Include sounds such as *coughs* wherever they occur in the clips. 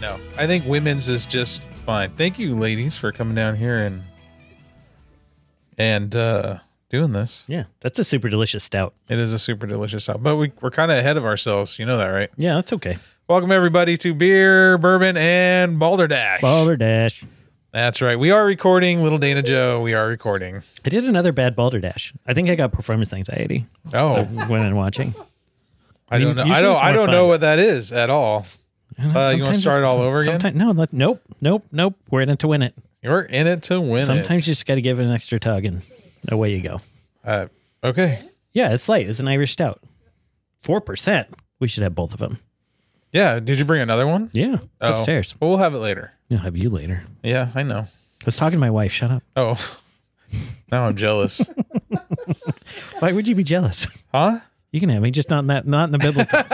no. I think women's is just fine. Thank you, ladies, for coming down here and and uh doing this. Yeah, that's a super delicious stout. It is a super delicious out, but we, we're kind of ahead of ourselves. You know that, right? Yeah, that's *laughs* okay. Welcome everybody to beer, bourbon, and balderdash. Balderdash. That's right. We are recording, little Dana Joe. We are recording. I did another bad balderdash. I think I got performance anxiety Oh, *laughs* when I'm watching. I mean, don't know. I usually don't. it's I more don't fun. know what that is at all. And Uh, you wanna sometimes start it's- all over again? sometime- No, like, nope, nope, nope. We're in it to win it. You're in it to win. sometimes it. you just got to give it an extra tug and away you go. Uh, okay. Yeah, it's light. It's an Irish stout. 4%. We should have both of them. Yeah. Did you bring another one? Yeah, it's Oh. upstairs. Well, we'll have it later. I'll have you later. Yeah, I know. I was talking to my wife. Shut up. Oh, *laughs* now I'm jealous. Why would you be jealous? *laughs* huh? You can have me, just not in that, not in *laughs* the biblical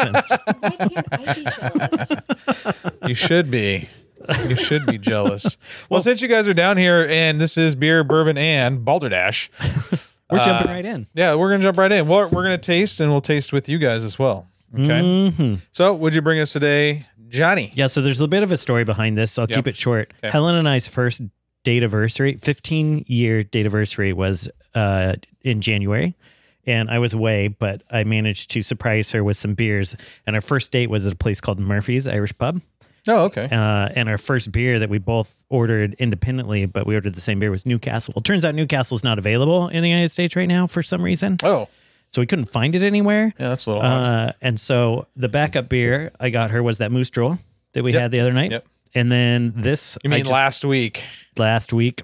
sense. Why can't I be jealous? You should be. You should be *laughs* jealous. Well, since you guys are down here and this is beer, bourbon, and balderdash, We're jumping Uh, right in. yeah, we're gonna jump right in. We're, we're gonna taste and we'll taste with you guys as well. Okay. Mm-hmm. So, would you bring us today, Johnny? Yeah, so there's a bit of a story behind this. So I'll Yeah. keep it short. Okay. Helen and I's first date anniversary, 15 year date anniversary, was uh, in January. And I was away, but I managed to surprise her with some beers. And our first date was at a place called Murphy's Irish Pub. Oh, okay. Uh, and our first beer that we both ordered independently, but we ordered the same beer, was Newcastle. Well, turns out Newcastle's not available in the United States right now for some reason. Oh, So we couldn't find it anywhere. yeah, that's a little. odd. Uh, and so the backup beer I got her was that Moose Drool that we Yep. had the other night. Yep. And then this You I mean just- last week? *laughs* last week.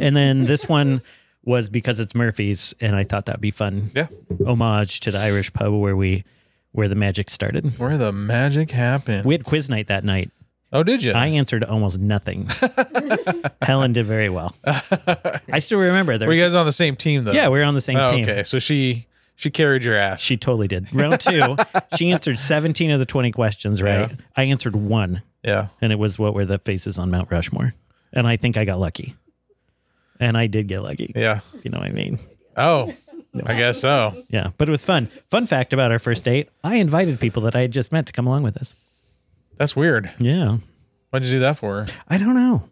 and then this one was because it's Murphy's and I thought that'd be fun. Yeah. Homage to the Irish pub where we where the magic started. Where the magic happened? We had quiz night that night. oh, did you? I answered *laughs* almost nothing. Helen did very well. I still remember there were was, you guys on the same team though? Yeah, we were on the same Oh, team. okay, so she she carried your ass. She totally did. Round two, she answered 17 of the 20 questions, right? Yeah. I answered one. yeah. and it was what were the faces on Mount Rushmore. And I think I got lucky. And I did get lucky. Yeah. if You know what I mean? Oh, I guess so. Yeah. But it was fun. Fun fact about our first date I invited people that I had just met to come along with us. That's weird. Yeah. Why'd you do that for? I don't know.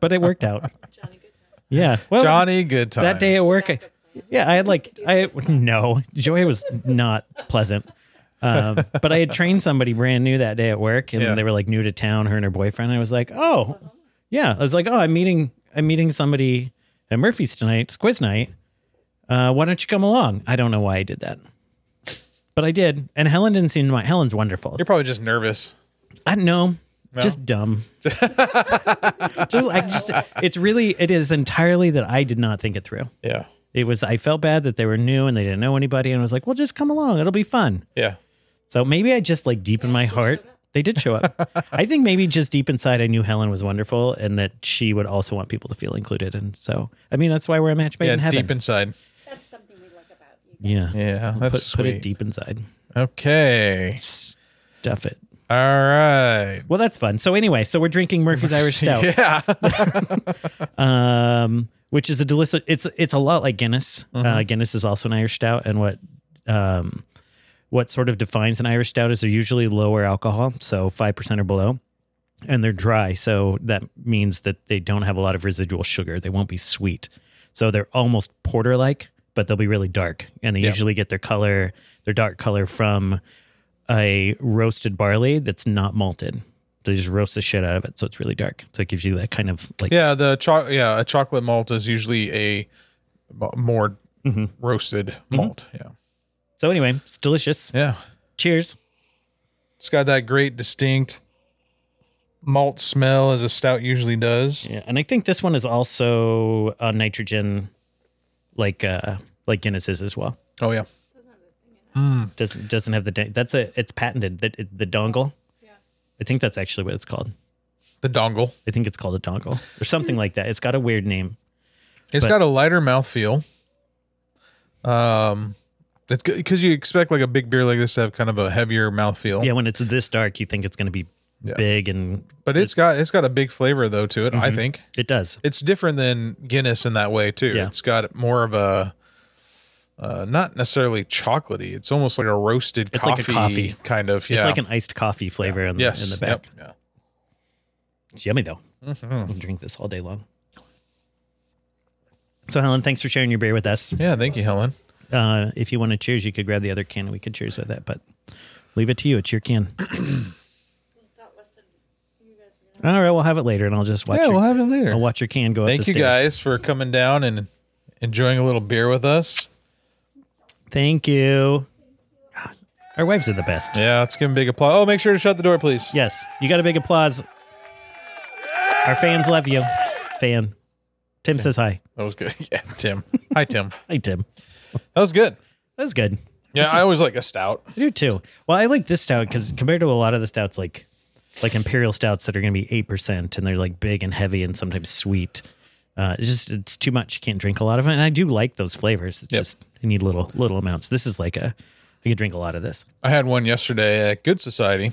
but it worked out. Johnny Goodman. Yeah. Well, Johnny, good time. that day at work, I, yeah, I had like, I, *laughs* no, Joy was not pleasant. Um, but I had trained somebody brand new that day at work and Yeah. they were like new to town, her and her boyfriend. I was like, oh, yeah. I was like, oh, I'm meeting, I'm meeting somebody at Murphy's tonight. It's quiz night. Uh, why don't you come along? I don't know why I did that, but I did. And Helen didn't seem to mind. Helen's wonderful. You're probably just nervous. I don't know. Just dumb. *laughs* just, I just, it's really, it is entirely that I did not think it through. Yeah. It was, I felt bad that they were new and they didn't know anybody. And I was like, well, just come along. It'll be fun. Yeah. So maybe I just like deep in my heart, they did *laughs* show up. I think maybe just deep inside, I knew Helen was wonderful and that she would also want people to feel included. And so, I mean, that's why we're a match made Yeah. in heaven. Deep inside. That's something we like about you. yeah. Yeah. That's Put, sweet. put it deep inside. Okay. Stuff it. All right. Well, that's fun. So anyway, so we're drinking *laughs* Murphy's Irish Stout. Yeah. um, which is a delicious. It's it's a lot like Guinness. Uh, Guinness is also an Irish stout, and what um, what sort of defines an Irish stout is they're usually lower alcohol, so five percent or below, and they're dry. So that means that they don't have a lot of residual sugar. They won't be sweet. So they're almost porter like, but they'll be really dark, and they Yeah. usually get their color, their dark color from a roasted barley that's not malted. They just roast the shit out of it, so it's really dark. So it gives you that kind of like Yeah. The cho- yeah a chocolate malt is usually a mo- more Mm-hmm. roasted malt. Yeah. So anyway, it's delicious. Yeah. Cheers. It's got that great distinct malt smell as a stout usually does. Yeah, and I think this one is also uh, nitrogen, like uh, like Guinness is as well. Oh yeah. Doesn't doesn't have the da- that's a it's patented that it- the dongle. Yeah. I think that's actually what it's called. The dongle. I think it's called a dongle or something like that. It's got a weird name. It's But- got a lighter mouthfeel. Um, it's because you expect like a big beer like this to have kind of a heavier mouthfeel. Yeah, when it's this dark, you think it's going to be Yeah. big, and But it's got it's got a big flavor though to it. Mm-hmm. I think it does. it's different than Guinness in that way too. Yeah. It's got more of a uh, not necessarily chocolatey. It's almost like a roasted It's like coffee, a coffee. kind of. Yeah. It's like an iced coffee flavor in, the, yes. in the back. Yep. It's yummy though. Yeah. Mhm. I'll drink this all day long. So Helen, thanks for sharing your beer with us. Yeah. Thank you, Helen. Uh, if you want to cheers, you could grab the other can and we could cheers with that, but leave it to you. It's your can. We got less than you guys were All right, we'll have it later and I'll just watch yeah, your, we'll have it later. I'll watch your can go up Thank the you stairs. guys for coming down and enjoying a little beer with us. Thank you. Our wives are the best. Yeah, let's give them big applause. Oh, make sure to shut the door, please. Yes, you got a big applause. Our fans love you. Fan. Tim says hi. That was good. *laughs* Yeah, Tim. Hi, Tim. Hi, Tim. That was good. That's good. Yeah, I always like a stout. I do too. Well, I like this stout because compared to a lot of the stouts, like like imperial stouts that are going to be eight percent and they're like big and heavy and sometimes sweet. Uh, it's just it's too much. You can't drink a lot of it. And I do like those flavors. It's Yep. just you need little little amounts. This is like a I could drink a lot of this. I had one yesterday at Good Society.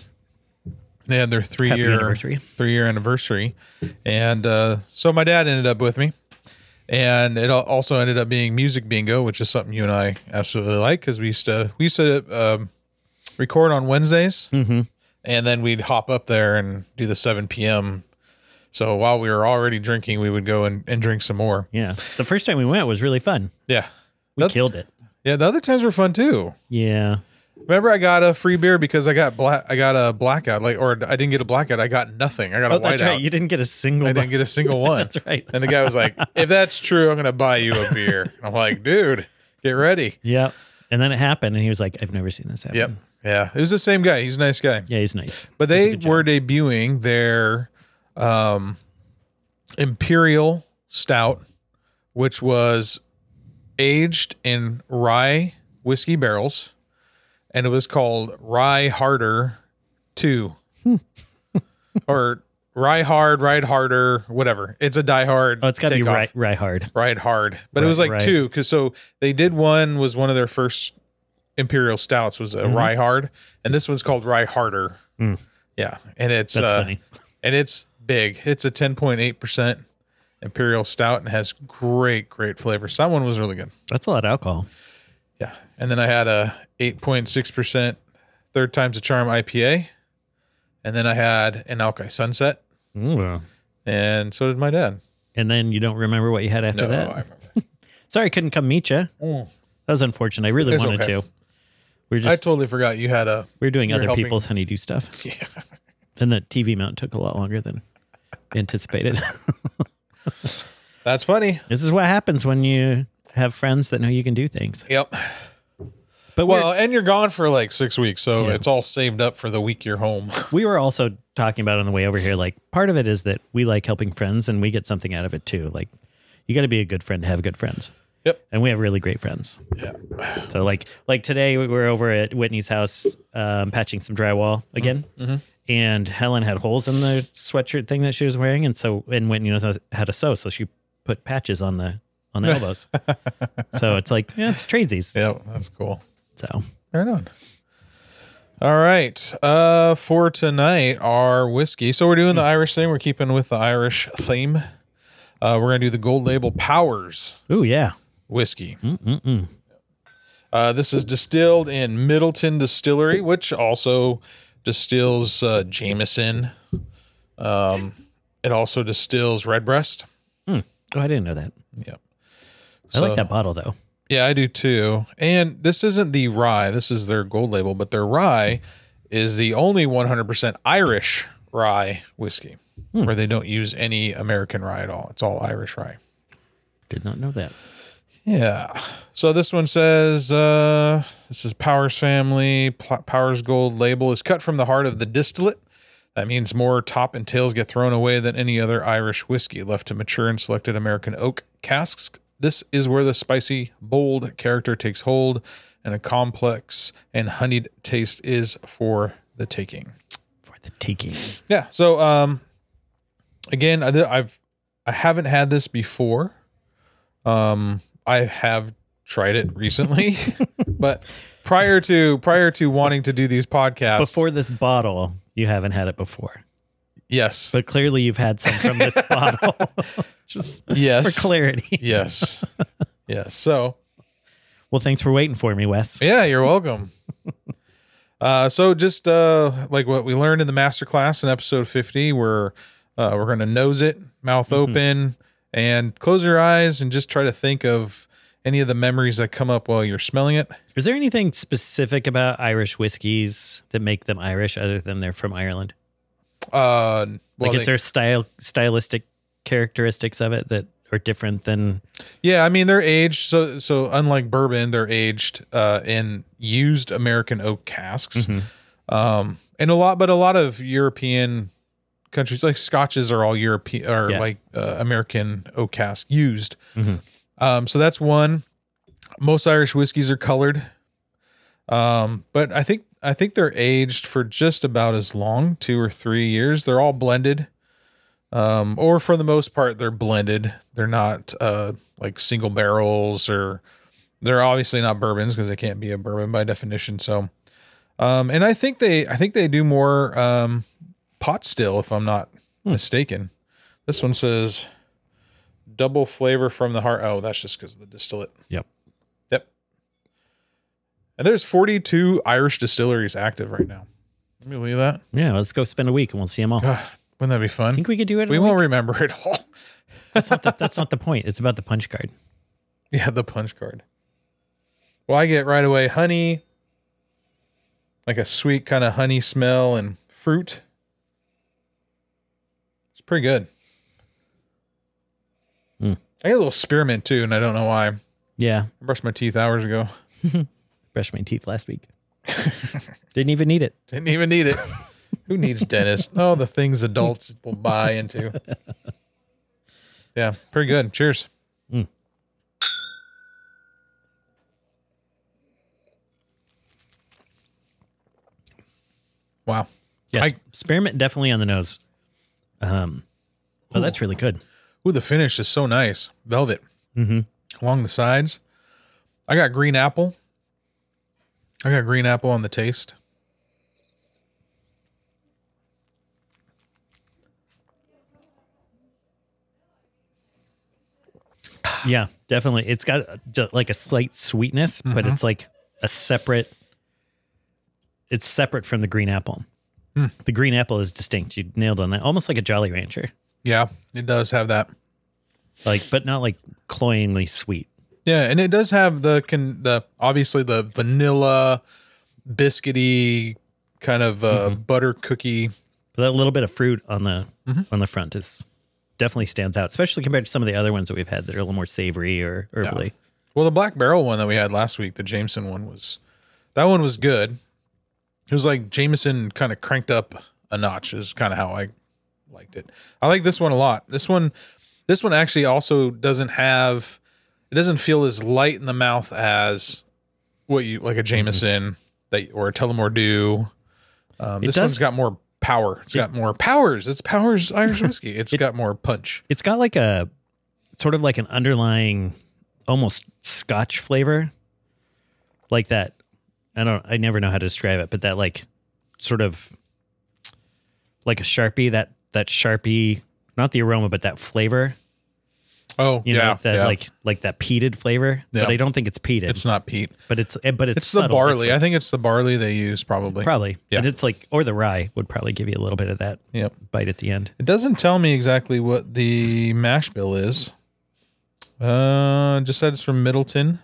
They had their three year anniversary. three year anniversary, and uh, so my dad ended up with me, and it al- also ended up being music bingo, which is something you and I absolutely like because we used to we used to um, record on Wednesdays, Mm-hmm. and then we'd hop up there and do the seven p.m. So while we were already drinking, we would go and, and drink some more. Yeah, the first time we went was really fun. Yeah, We That's- killed it. yeah. The other times were fun too. Yeah, Remember, I got a free beer because I got black. I got a blackout, like, or I didn't get a blackout. I got nothing. I got a oh, whiteout. that's right. You didn't get a single. I didn't get a single one. *laughs* That's right. And the guy was like, "If that's true, I'm gonna buy you a beer." I'm like, "Dude, get ready." Yep. And then it happened, and he was like, "I've never seen this happen." Yep. Yeah, it was the same guy. He's a nice guy. Yeah, he's nice. But they were debuting their um, imperial stout, which was aged in rye whiskey barrels, and it was called Rye Harder Two, Hmm. or Rye Hard, Ride Harder, whatever. It's a Die Hard. Oh, it's got to be takeoff. right, right hard. Ride hard, but it Right, was like right. two because so they did one was one of their first imperial stouts was a rye hard, and this one's called rye harder. Mm-hmm. Mm. Yeah, and it's That's uh, funny. and it's big. It's a ten point eight percent imperial stout and has great great flavor. So that one was really good. That's a lot of alcohol. Yeah, and then I had a eight point six percent third times a charm IPA, and then I had an Alki Sunset, Mm, Ooh. and so did my dad. And then you don't remember what you had after No, *laughs* that. I remember. Sorry, I couldn't come meet you. Mm. That was unfortunate. I really It's wanted okay. to. We were I just totally forgot you had a we were doing you're other helping. people's honeydew *laughs* stuff, yeah. and the TV mount took a lot longer than anticipated. *laughs* That's funny. this is what happens when you have friends that know you can do things. Yep. But we're- Well, and you're gone for like six weeks, so Yeah. it's all saved up for the week you're home. *laughs* we were also talking about on the way over here like part of it is that we like helping friends and we get something out of it too like you got to be a good friend to have good friends Yep. and we have really great friends yeah so like like today we were over at whitney's house um, patching some drywall again and helen had holes in the sweatshirt thing that she was wearing and so and whitney knows how- how to sew so she put patches on the on the elbows so it's like yeah it's tradesies yep, that's cool. so Right on. All right. Uh for tonight our whiskey. So we're doing the Irish thing. We're keeping with the Irish theme. Uh we're gonna do the gold label powers ooh yeah whiskey. Uh, this is distilled in Middleton Distillery, which also distills uh, Jameson. Um, it also distills Redbreast. oh i didn't know that Yep. i like So- that bottle though Yeah, I do too. And this isn't the rye. This is their gold label, but their rye is the only 100% Irish rye whiskey where they don't use any American rye at all. It's all Irish rye. did not know that Yeah. So this one says uh, this is Powers Family. Pl- Powers Gold label is cut from the heart of the distillate. That means more top and tails get thrown away than any other Irish whiskey left to mature in selected American oak casks. This is where the spicy, bold character takes hold, and a complex and honeyed taste is for the taking. for the taking Yeah. So, um, again, I, I've I haven't had this before. Um, I have tried it recently, *laughs* but prior to prior to wanting to do these podcasts, before this bottle, you haven't had it before, yes, but clearly you've had some from this bottle. Just yes, *laughs* for clarity, yes, yes. So Well, thanks for waiting for me, Wes. Yeah, you're *laughs* welcome. uh, so just uh, like what we learned in the master class in episode 50, we're uh, we're gonna nose it, mouth Mm-hmm. open, and close your eyes and just try to think of any of the memories that come up while you're smelling it. Is there anything specific about Irish whiskeys that make them Irish other than they're from Ireland? Uh, well, Like, is they- there style stylistic characteristics of it that are different than yeah, I mean they're aged. So so unlike bourbon, they're aged uh, in used American oak casks, Mm-hmm. um, and a lot, but a lot of European countries like scotches are all European or Yeah. like uh, American oak cask used. Um, so that's one. Most Irish whiskeys are colored, um, but I think I think they're aged for just about as long, two or three years. They're all blended, um, or for the most part, they're blended. They're not uh, like single barrels, or they're obviously not bourbons because they can't be a bourbon by definition. So, um, and I think they I think they do more um, pot still, if I'm not Hmm. mistaken. This one says double flavor from the heart. Oh, that's just because of the distillate. Yep. Yep. And there's 42 Irish distilleries active right now. Can you believe that? *sighs* yeah? Let's go spend a week and we'll see them all. I God, wouldn't that be fun? think we could do it. in we a won't remember it all. week. That- that's not the point. It's about the punch card. *laughs* yeah, the punch card. Well, I get right away honey, like a sweet kind of honey smell and fruit. It's pretty good. Mm. I get a little spearmint too, and I don't know why. I Yeah, brushed my teeth hours ago. brushed my teeth last week. Didn't even need it. Didn't even need it. Who needs dentists? Oh, the things adults will buy into. Yeah, pretty good. Cheers. Wow. Yes, I- spearmint definitely on the nose. Um, but that's really good. Ooh, the finish is so nice. Velvet Mm-hmm. along the sides. I got green apple. I got green apple on the taste. Yeah, definitely. It's got uh, ju- like a slight sweetness, but it's like a separate. It's separate from the green apple. The green apple is distinct. You nailed on that. Almost like a Jolly Rancher, Yeah, it does have that. like but not like cloyingly sweet. Yeah, and it does have the can the obviously the vanilla, biscuity kind of uh, butter cookie. But that little bit of fruit on the on the front is definitely stands out, especially compared to some of the other ones that we've had that are a little more savory or herbally. Well, the black barrel one that we had last week, the Jameson one was that one was good. It was like Jameson kind of cranked up a notch is kind of how I liked it. I like this one a lot. This one this one actually also doesn't have it doesn't feel as light in the mouth as what you like a Mm-hmm. Jameson that or a Tullamore Dew. Um, It this does- one's got more power. It's got more powers. It's powers Irish whiskey. *laughs* It's got more punch. It's got like a sort of like an underlying almost scotch flavor. Like that. I don't I never know how to describe it, but that like sort of like a Sharpie, that that Sharpie, not the aroma, but that flavor. Oh You yeah, know, that yeah. like like that peated flavor. But Yeah. I don't think it's peated. it's not peat. but it's eh, but it's, It's, the subtle. barley. It's I like- think it's the barley they use probably. probably. Yeah. And it's like or the rye would probably give you a little bit of that Yep. bite at the end. It doesn't tell me exactly what the mash bill is. Uh, it just said it's from Middleton,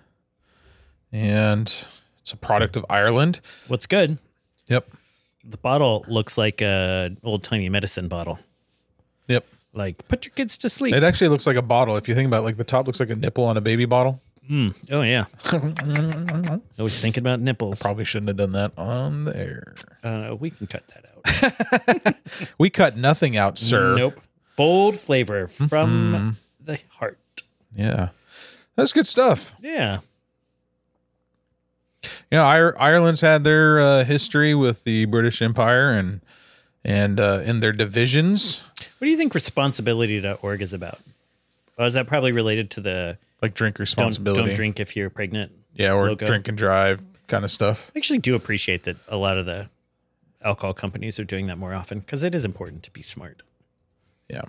and it's a product of Ireland. What's good? Yep. The bottle looks like a old timey medicine bottle. Yep. like put your kids to sleep. It actually looks like a bottle. If you think about it, like the top looks like a nipple on a baby bottle. Mm. Oh yeah, always thinking about nipples. Probably shouldn't have done that on there. Uh, we can cut that out. We cut nothing out, sir. Nope. Bold flavor from the heart. Yeah. That's good stuff. Yeah. you know, Ir- Ireland's had their uh, history with the British Empire and and uh, in their divisions, What do you think responsibility.org is about? Oh, is that probably related to the like drink don't, responsibility, don't drink if you're pregnant? yeah, or logo. drink and drive kind of stuff. I actually do appreciate that a lot of the alcohol companies are doing that more often because it is important to be smart. Yeah.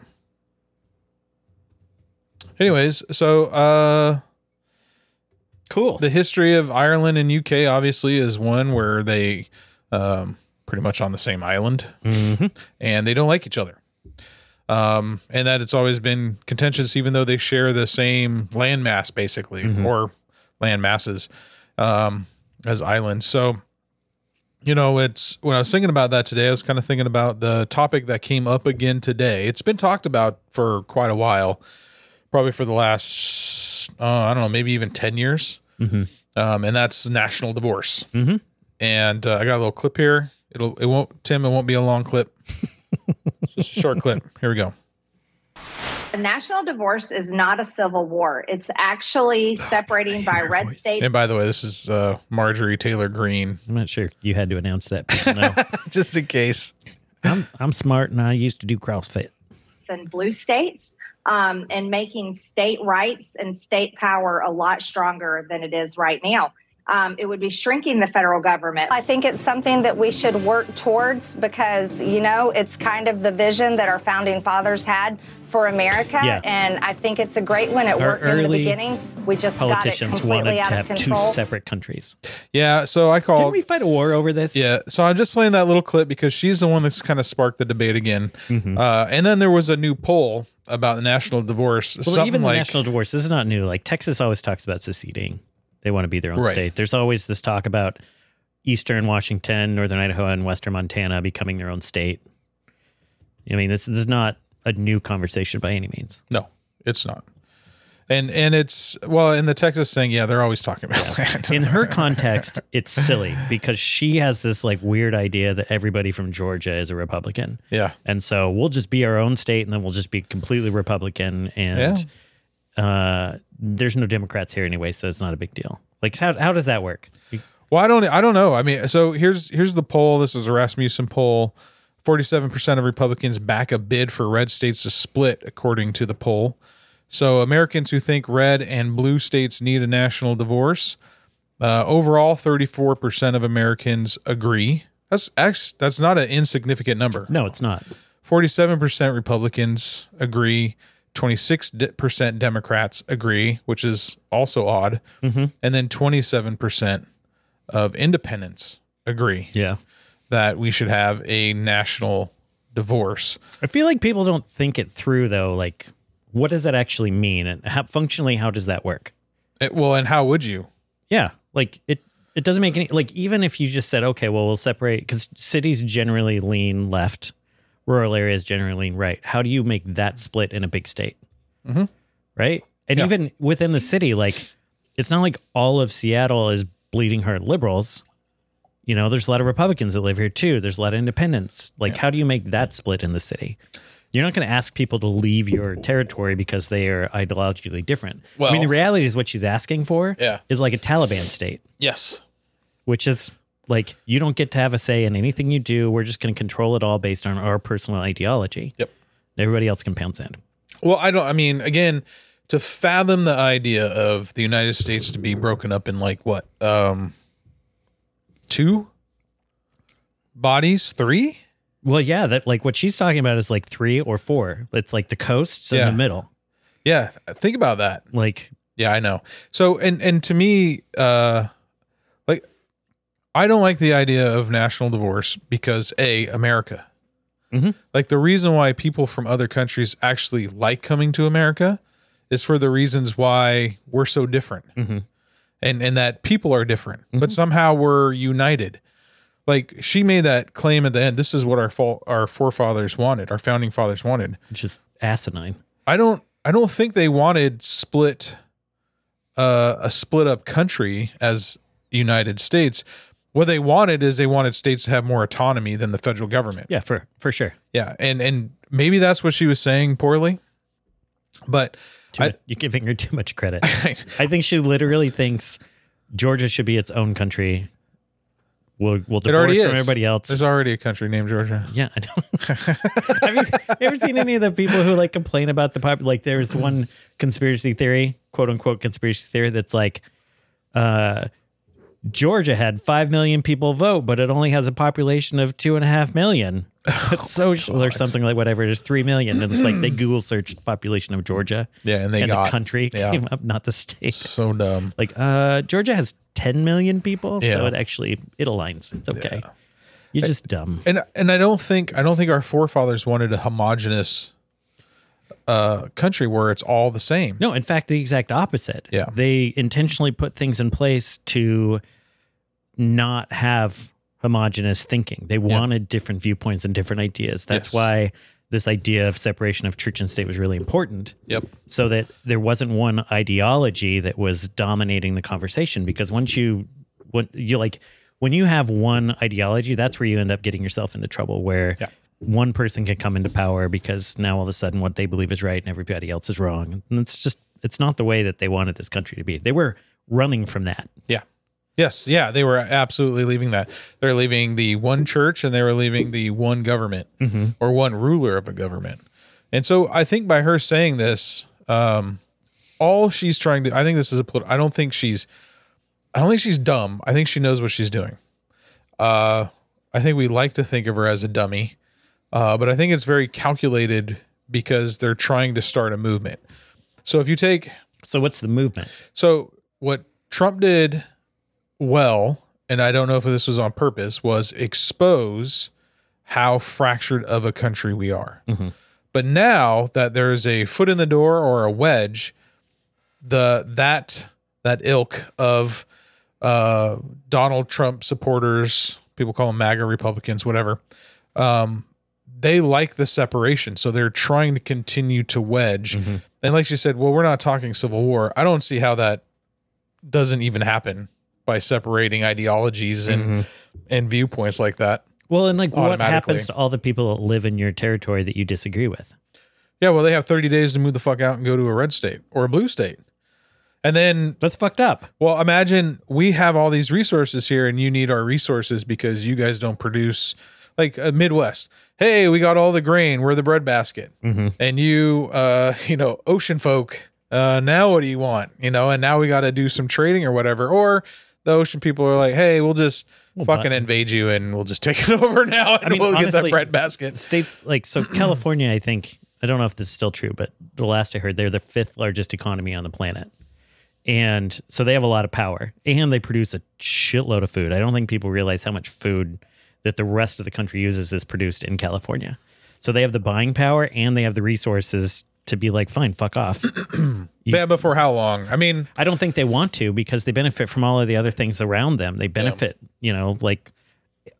Anyways, so uh, Cool. the history of Ireland and UK obviously is one where they um, pretty much on the same island and they don't like each other. Um, and that it's always been contentious, even though they share the same landmass basically or land masses um, as islands. So, you know, it's when I was thinking about that today, I was kind of thinking about the topic that came up again today. It's been talked about for quite a while, probably for the last, uh, I don't know, maybe even 10 years um, and that's national divorce. Mhm. And uh, I got a little clip here. It'll it won't Tim. It won't be a long *laughs* clip. It's Just a short clip. Here we go. A national divorce is not a civil war. It's actually separating by red state. And by the way, this is uh, Marjorie Taylor Green. I'm not sure you had to announce that. But no. *laughs* Just in case. I'm I'm smart and I used to do CrossFit. states and blue states um, and making state rights and state power a lot stronger than it is right now. Um, it would be shrinking the federal government. I think it's something that we should work towards because, you know, it's kind of the vision that our founding fathers had for America. Yeah. And I think it's a great one. It Our worked in the early beginning. We just got it Politicians wanted completely to out of have two control. separate countries. Yeah. So I Didn't called. we fight a war over this? yeah. So I'm just playing that little clip because she's the one that's kind of sparked the debate again. Mm-hmm. Uh, and then there was a new poll about the national divorce. Well, something even the like national divorce this is not new. Like Texas always talks about seceding. They want to be their own Right. state. There's always this talk about eastern Washington, northern Idaho, and western Montana becoming their own state. I mean, this, this is not a new conversation by any means. no, it's not. And and it's well in the Texas thing. Yeah, they're always talking about that. In her context, it's silly because she has this like weird idea that everybody from Georgia is a Republican. yeah. And so we'll just be our own state and then we'll just be completely Republican. And uh, there's no Democrats here anyway, so it's not a big deal. Like, how, how does that work? You- Well, I don't I don't know. I mean, so here's here's the poll. This is a Rasmussen poll. 47% of Republicans back a bid for red states to split according to the poll. So Americans who think red and blue states need a national divorce, uh, overall 34% of Americans agree. That's that's that's not an insignificant number. No, it's not. 47% Republicans agree, 26% Democrats agree, which is also odd. And then 27% of independents agree Yeah. that we should have a national divorce. I feel like people don't think it through, though. Like, what does that actually mean? And how, functionally, how does that work? Eh, well, and how would you? Yeah, like it it doesn't make any like even if you just said okay, well we'll separate cuz cities generally lean left, rural areas generally lean right. How do you make that split in a big state? Right? Mm-hmm. And Yeah. even within the city like it's not like all of Seattle is bleeding heart liberals. You know, there's a lot of Republicans that live here too. There's a lot of independents. Like how do you make that split in the city? You're not going to ask people to leave your territory because they are ideologically different. I mean, Well- the reality is what she's asking for Yeah. is like a Taliban state, Yes. which is like you don't get to have a say in anything you do. We're just going to control it all based on our personal ideology. Yep. Everybody else can pound sand. Well, I don't I mean, again, to fathom the idea of the United States to be broken up in like what? Um two bodies, three? Well, yeah, that like what she's talking about is like three or four. It's like the coasts and Yeah. the middle. Yeah, think about that. Like Yeah, I know. So and and to me, uh like I don't like the idea of national divorce because A, America. Mhm. Like the reason why people from other countries actually like coming to America is for the reasons why we're so different. Mhm. And and that people are different, but somehow we're united. Like she made that claim at the end, this is what our fa- our forefathers wanted, our founding fathers wanted. just asinine. I don't I don't think they wanted split uh, a split up country as United States. What they wanted is they wanted states to have more autonomy than the federal government. Yeah, for for sure. Yeah, and and maybe that's what she was saying poorly, but Too I- much- you're giving her too much credit. *laughs* I think she literally thinks Georgia should be its own country. We'll we'll it divorce already from is. everybody else. There's already a country named Georgia. Yeah, *laughs* I know. have you ever seen any of the people who like complain about the pop? Like, there's one conspiracy theory, quote unquote conspiracy theory, that's like, uh, *laughs* Georgia had five million people vote, but it only has a population of two and a half million. Oh That's so sh- or something like whatever. It is three million, and it's *clears throat* like they Google searched population of Georgia. Yeah, and they and got- the country yeah. came up, not the state. So dumb. Like uh, Georgia has ten million people, Yeah. so it actually it aligns. It's okay. You're just dumb. and and I don't think I don't think our forefathers wanted a homogenous uh, country where it's all the same. No, in fact, the exact opposite. Yeah. They intentionally put things in place to not have homogenous thinking. They wanted different viewpoints and different ideas. That's Yes. why this idea of separation of church and state was really important Yep. so that there wasn't one ideology that was dominating the conversation because once you when you like when you have one ideology that's where you end up getting yourself into trouble where Yeah. one person can come into power because now all of a sudden what they believe is right and everybody else is wrong and it's just it's not the way that they wanted this country to be they were running from that Yeah. Yes. Yeah. They were absolutely leaving that. They're leaving the one church and they were leaving the one government or one ruler of a government. And so I think by her saying this, um, all she's trying to, I think this is a political, I don't think she's, I don't think she's dumb. I think she knows what she's doing. Uh, I think we like to think of her as a dummy, uh, but I think it's very calculated because they're trying to start a movement. So if you take, so what's the movement so what Trump did well, and I don't know if this was on purpose, was expose how fractured of a country we are. But now that there is a foot in the door or a wedge, the that that ilk of uh, Donald Trump supporters, people call them MAGA Republicans, whatever, um, they like the separation. So they're trying to continue to wedge. And like she said, well, we're not talking civil war. I don't see how that doesn't even happen by separating ideologies and and viewpoints like that. well and like what happens Automatically. to all the people that live in your territory that you disagree with Yeah, well, they have 30 days to move the fuck out and go to a red state or a blue state. And then, that's fucked up well, imagine we have all these resources here and you need our resources because you guys don't produce like a Midwest. Hey, we got all the grain. We're the breadbasket. Mm-hmm. And you, uh, *laughs* you know, ocean folk, uh, now what do you want? You know, and now we got to do some trading or whatever. Or the ocean people are like, hey, we'll just fucking invade you and we'll just take it *laughs* over now and mean, we'll get that honestly, breadbasket. states like so California, I think I don't know if this is still true, but the last I heard, they're the fifth largest economy on the planet, and so they have a lot of power, and they produce a shitload of food. I don't think people realize how much food that the rest of the country uses is produced in California. So they have the buying power and they have the resources to be like, fine, fuck off. Yeah, but for how long? I mean, I don't think they want to because they benefit from all of the other things around them. They benefit, you know, like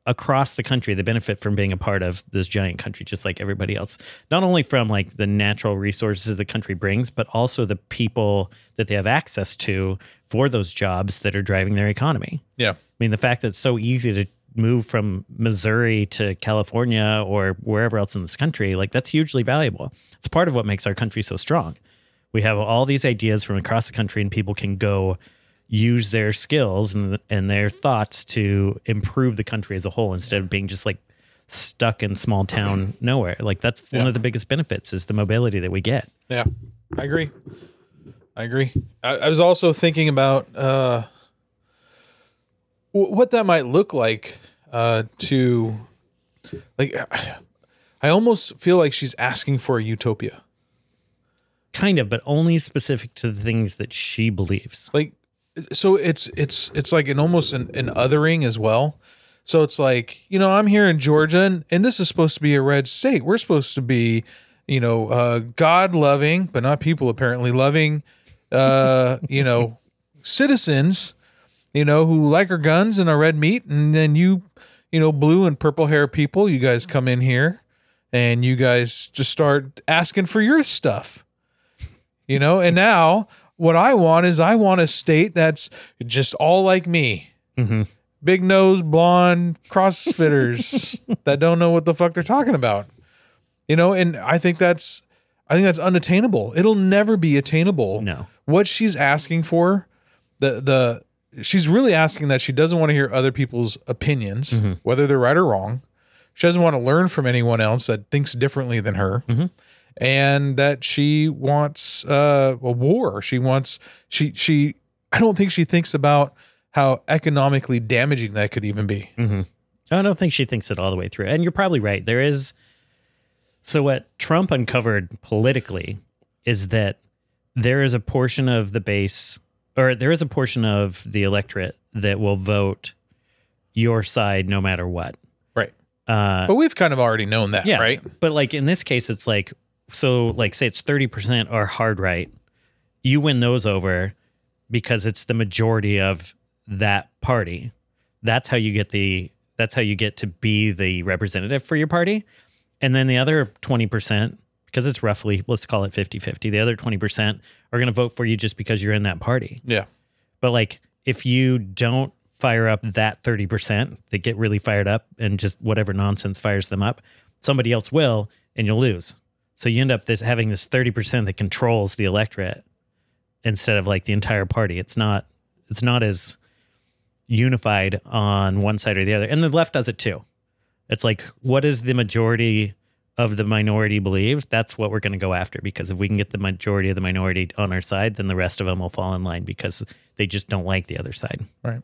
across the country, they benefit from being a part of this giant country, just like everybody else. Not only from like the natural resources the country brings, but also the people that they have access to for those jobs that are driving their economy. yeah. I mean, the fact that it's so easy to move from Missouri to California or wherever else in this country, like that's hugely valuable. It's part of what makes our country so strong. We have all these ideas from across the country, and people can go use their skills and, and their thoughts to improve the country as a whole instead of being just like stuck in small town nowhere. Like that's one of the biggest benefits is the mobility that we get. Yeah, I agree. I agree. I, I was also thinking about uh, w- what that might look like uh, to, like, *sighs* I almost feel like she's asking for a utopia. Kind of, but only specific to the things that she believes. like so it's it's it's like an almost an, an othering as well so it's like you know i'm here in georgia and, and this is supposed to be a red state we're supposed to be you know uh god loving but not people apparently loving uh *laughs* you know citizens you know who like our guns and our red meat and then you you know blue and purple hair people you guys come in here and you guys just start asking for your stuff you know and now what i want is i want a state that's just all like me Mhm. big nose blonde crossfitters that don't know what the fuck they're talking about you know and i think that's i think that's unattainable it'll never be attainable No. what she's asking for the the she's really asking that she doesn't want to hear other people's opinions whether they're right or wrong she doesn't want to learn from anyone else that thinks differently than her and that she wants uh, a war. She wants she she. I don't think she thinks about how economically damaging that could even be. I don't think she thinks it all the way through. And you're probably right. There is. So, what Trump uncovered politically is that there is a portion of the base, or there is a portion of the electorate that will vote your side no matter what. Right. Uh, But we've kind of already known that, yeah. right? But, like, in this case, it's like, so, like, say it's 30% are hard right. You win those over because it's the majority of that party. That's how you get the that's how you get to be the representative for your party. And then the other 20%, because it's roughly, let's call it 50 50, the other 20% are going to vote for you just because you're in that party. Yeah. But like, if you don't fire up that 30% that get really fired up and just whatever nonsense fires them up, somebody else will and you'll lose. So you end up this having this 30% that controls the electorate instead of like the entire party. It's not it's not as unified on one side or the other. And the left does it too. It's like what is the majority of the minority believe? That's what we're going to go after because if we can get the majority of the minority on our side, then the rest of them will fall in line because they just don't like the other side. And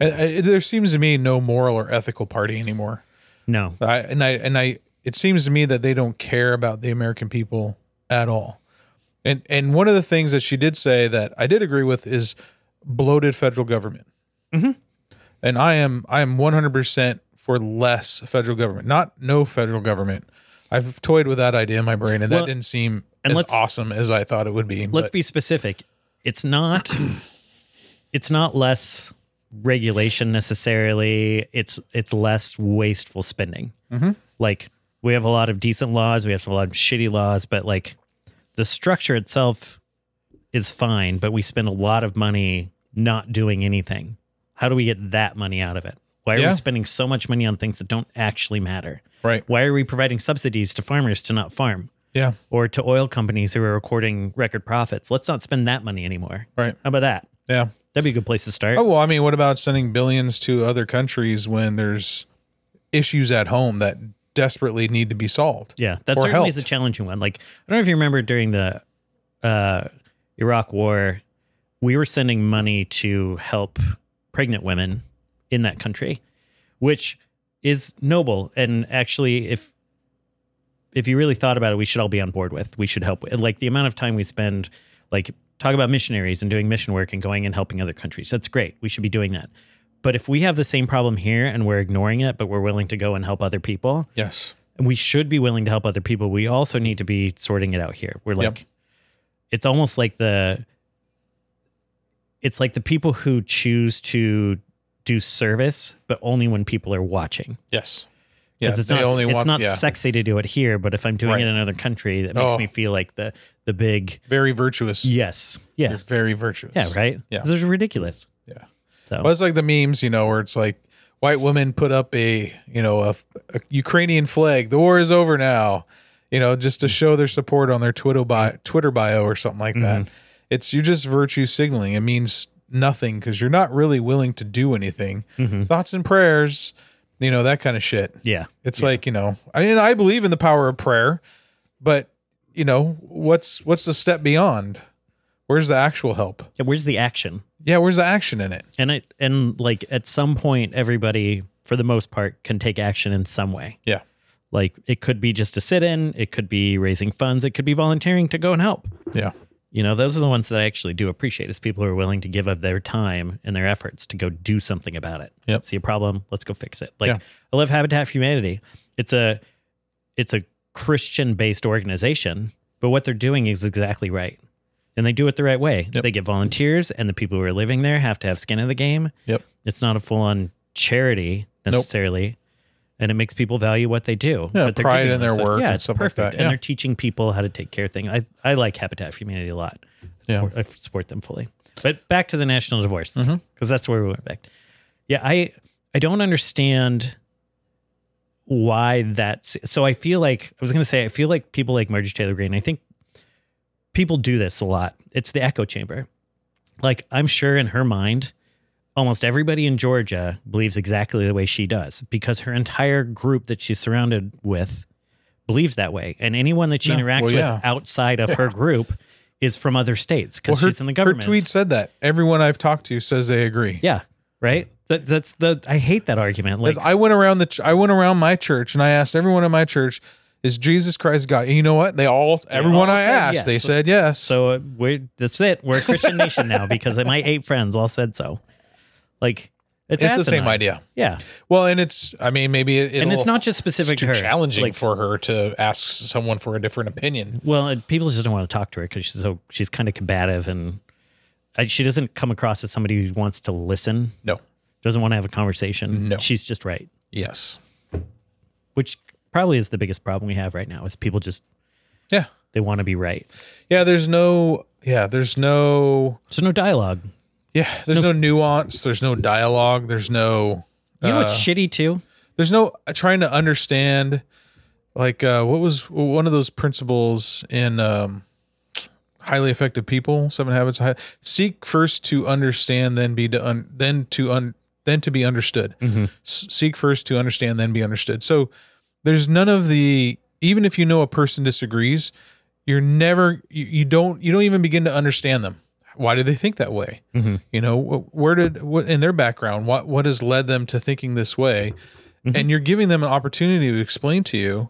I- Uh, there seems to me no moral or ethical party anymore. No. I, and I and I it seems to me that they don't care about the American people at all. And and one of the things that she did say that I did agree with is bloated federal government. Mm-hmm. And I am I am 100% for less federal government, not no federal government. I've toyed with that idea in my brain, and Well, that didn't seem and as let's- awesome as I thought it would be. Let's but- be specific. It's not *coughs* it's not less regulation necessarily. It's it's less wasteful spending. Mhm. Like we have a lot of decent laws, we have a lot of shitty laws, but like the structure itself is fine, but we spend a lot of money not doing anything. How do we get that money out of it? Why are Yeah. we spending so much money on things that don't actually matter? right. Why are we providing subsidies to farmers to not farm? Yeah. or to oil companies who are recording record profits. Let's not spend that money anymore. Right. How about that? Yeah. That'd be a good place to start. Oh well, I mean, what about sending billions to other countries when there's issues at home that desperately need to be solved? yeah, that or certainly is a health. challenging one. Like I don't know if you remember during the uh, Iraq War, we were sending money to help pregnant women in that country, which is noble and actually if if you really thought about it, we should all be on board with. We should help. Like the amount of time we spend, like talk about missionaries and doing mission work and going and helping other countries. That's great. We should be doing that. But if we have the same problem here and we're ignoring it, but we're willing to go and help other people, Yes. and we should be willing to help other people. We also need to be sorting it out here. We're Yep. like, it's almost like the, it's like the people who choose to do service, but only when people are watching. Yes. 'Cause Yeah. it's not, it's not yeah. sexy to do it here, but if I'm doing Right. it in another country, that makes Oh. me feel like the the big very virtuous. yes, yeah, You're very virtuous. yeah, right. Yeah. this is ridiculous. Yeah. So Well, it's like the memes, you know, where it's like white women put up a, you know, a, a Ukrainian flag. The war is over now. You know, just to show their support on their Twitter bio, Twitter bio or something like that. It's you're just virtue signaling. It means nothing because you're not really willing to do anything. Thoughts and prayers, you know, that kind of shit. yeah, It's like, you know, I mean, I believe in the power of prayer, but you know, what's what's the step beyond? Where's the actual help? Yeah, where's the action? Yeah, where's the action in it? And it and like at some point, everybody for the most part can take action in some way. Yeah. Like it could be just a sit in, it could be raising funds, it could be volunteering to go and help. Yeah. You know, those are the ones that I actually do appreciate is people who are willing to give up their time and their efforts to go do something about it. Yep. See a problem, let's go fix it. Like Yeah. I love Habitat for Humanity. It's a it's a Christian based organization, but what they're doing is exactly right. And they do it the right way. Yep. They get volunteers and the people who are living there have to have skin in the game. Yep. It's not a full on charity Nope. necessarily. And it makes people value what they do. Yeah, what they're pride giving in their us. Like, work Yeah, and it's stuff like perfect. that. Yeah. And they're teaching people how to take care of things. I, I like Habitat for Humanity a lot. I Yeah. support, I support them fully. But back to the national divorce, because Mhm. that's where we went back. Yeah, I I don't understand why that's so I feel like I was gonna say I feel like people like Marjorie Taylor Greene, I think people do this a lot. It's the echo chamber. Like I'm sure in her mind, almost everybody in Georgia believes exactly the way she does because her entire group that she's surrounded with believes that way. And anyone that she Yeah. interacts Well, with yeah. outside of her group is from other states because her, she's in the government. Her tweet said that. Everyone I've talked to says they agree. Yeah. right? That, that's the I hate that argument. Like As I went around the ch- I went around my church and I asked everyone in my church, "Is Jesus Christ God?" And you know what? They all everyone all I said asked, yes. they said yes. so uh, we're that's it. We're a Christian nation now because my eight friends all said so. Like it's, it's the same asinine. idea. Yeah, Well, and it's I mean maybe it, and it's it'll- not just specific it's too to her. challenging Like, for her to ask someone for a different opinion. well, and people just don't want to talk to her because she's so she's kind of combative and uh, she doesn't come across as somebody who wants to listen, No. doesn't want to have a conversation. No. she's just right, Yes. which probably is the biggest problem we have right now is people just Yeah. they want to be right. Yeah. There's no. Yeah. There's no. There's no dialogue. Yeah. There's no, nuance. There's no dialogue. There's no. You know uh, what's shitty too? there's no uh, trying to understand like uh what was one of those principles in um highly effective people seven habits of Hi- seek first to understand then be to un, then to un then to be understood S- seek first to understand then be understood so there's none of the even if you know a person disagrees you're never you, you don't you don't even begin to understand them why do they think that way you know wh- where did what in their background what what has led them to thinking this way Mm-hmm. and you're giving them an opportunity to explain to you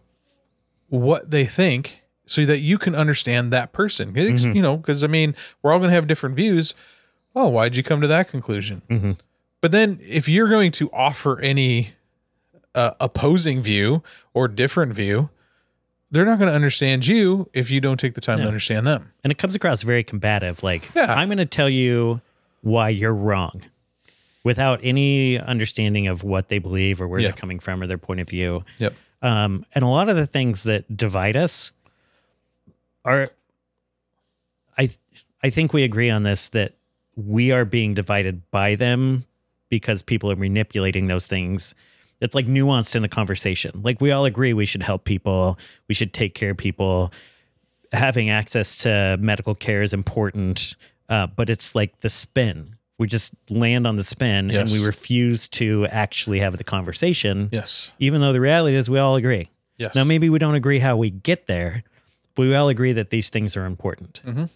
what they think so that you can understand that person It's- Mm-hmm. you know because i mean we're all going to have different views oh why'd you come to that conclusion Mm-hmm. but then if you're going to offer any uh, opposing view or different view they're not going to understand you if you don't take the time to understand them and it comes across very combative like Yeah. i'm going to tell you why you're wrong without any understanding of what they believe or where Yeah. they're coming from or their point of view yep um, and a lot of the things that divide us are i i think we agree on this that we are being divided by them because people are manipulating those things it's like nuanced in the conversation like we all agree we should help people we should take care of people having access to medical care is important uh, but it's like the spin we just land on the spin Yes. and we refuse to actually have the conversation yes even though the reality is we all agree. yes Now, maybe we don't agree how we get there, but we all agree that these things are important, Mhm.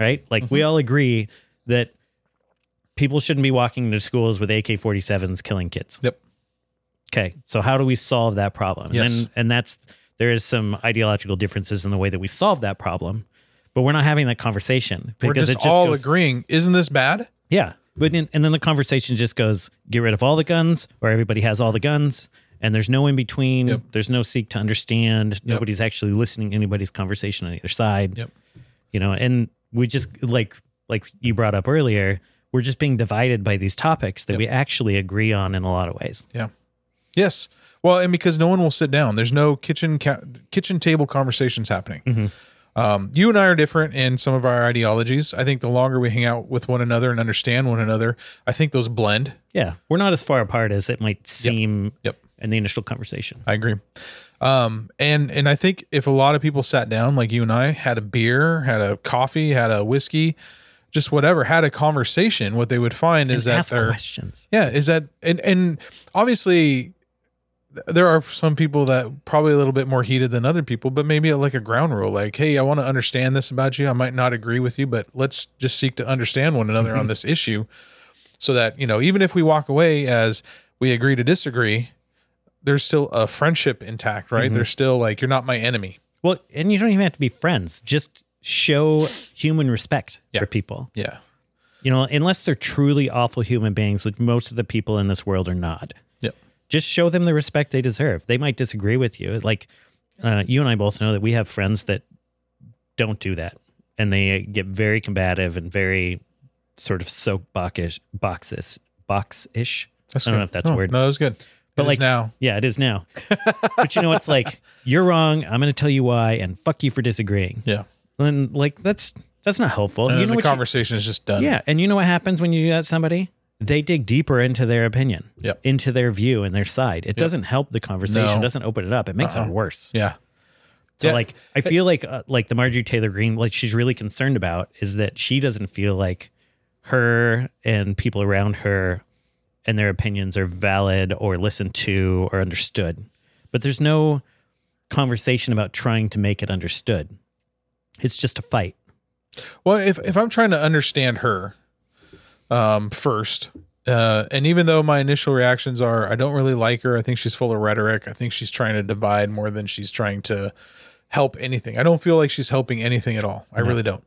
right? Like Mm-hmm. we all agree that people shouldn't be walking into schools with AK 47s killing kids. Yep. Okay. So, how do we solve that problem? Yes. And, and that's there is some ideological differences in the way that we solve that problem, but we're not having that conversation we're just, all goes- agreeing isn't this bad yeah. But in, and then the conversation just goes get rid of all the guns or everybody has all the guns and there's no in between. Yep. There's no seek to understand. Nobody's actually listening to anybody's conversation on either side. Yep. You know, and we just like like you brought up earlier, we're just being divided by these topics that we actually agree on in a lot of ways. Yes. Well, and because no one will sit down, there's no kitchen ca- kitchen table conversations happening. Mm-hmm. Um, you and I are different in some of our ideologies. I think the longer we hang out with one another and understand one another, I think those blend. Yeah. We're not as far apart as it might seem Yep. in the initial conversation. I agree. Um, and and I think if a lot of people sat down, like you and I, had a beer, had a coffee, had a whiskey, just whatever, had a conversation, what they would find is And that ask they're questions. Yeah, is that and and obviously th- there are some people that probably a little bit more heated than other people, but maybe like a ground rule, like, hey, I want to understand this about you. I might not agree with you, but let's just seek to understand one another Mm-hmm. on this issue, so that you know, even if we walk away as we agree to disagree, there's still a friendship intact, right? Mm-hmm. There's still like you're not my enemy. Well, and you don't even have to be friends. Just show human respect Yeah. for people. Yeah, You know, unless they're truly awful human beings, which most of the people in this world are not. Yep. Just show them the respect they deserve. They might disagree with you. Like uh, you and I both know that we have friends that don't do that, and they get very combative and very sort of soapboxish, boxes, box ish. that's I don't know if that's no, a word. No, that was good. It But is like- now, Yeah, it *laughs* is now. but you know, it's like you're wrong. I'm going to tell you why, and fuck you for disagreeing. yeah, And like that's that's not helpful. and you then know the what? you- conversation is just done. yeah, and you know what happens when you do that to somebody? They dig deeper into their opinion, Yep. into their view and their side. It doesn't help the conversation, No. doesn't open it up. It makes it worse. yeah, So Yeah. like I feel like uh, like the Marjorie Taylor Greene like she's really concerned about is that she doesn't feel like her and people around her and their opinions are valid or listened to or understood. But there's no conversation about trying to make it understood. It's just a fight. Well, if if I'm trying to understand her um first, Uh, and even though my initial reactions are, I don't really like her. I think she's full of rhetoric. I think she's trying to divide more than she's trying to help anything. I don't feel like she's helping anything at all. I No. really don't.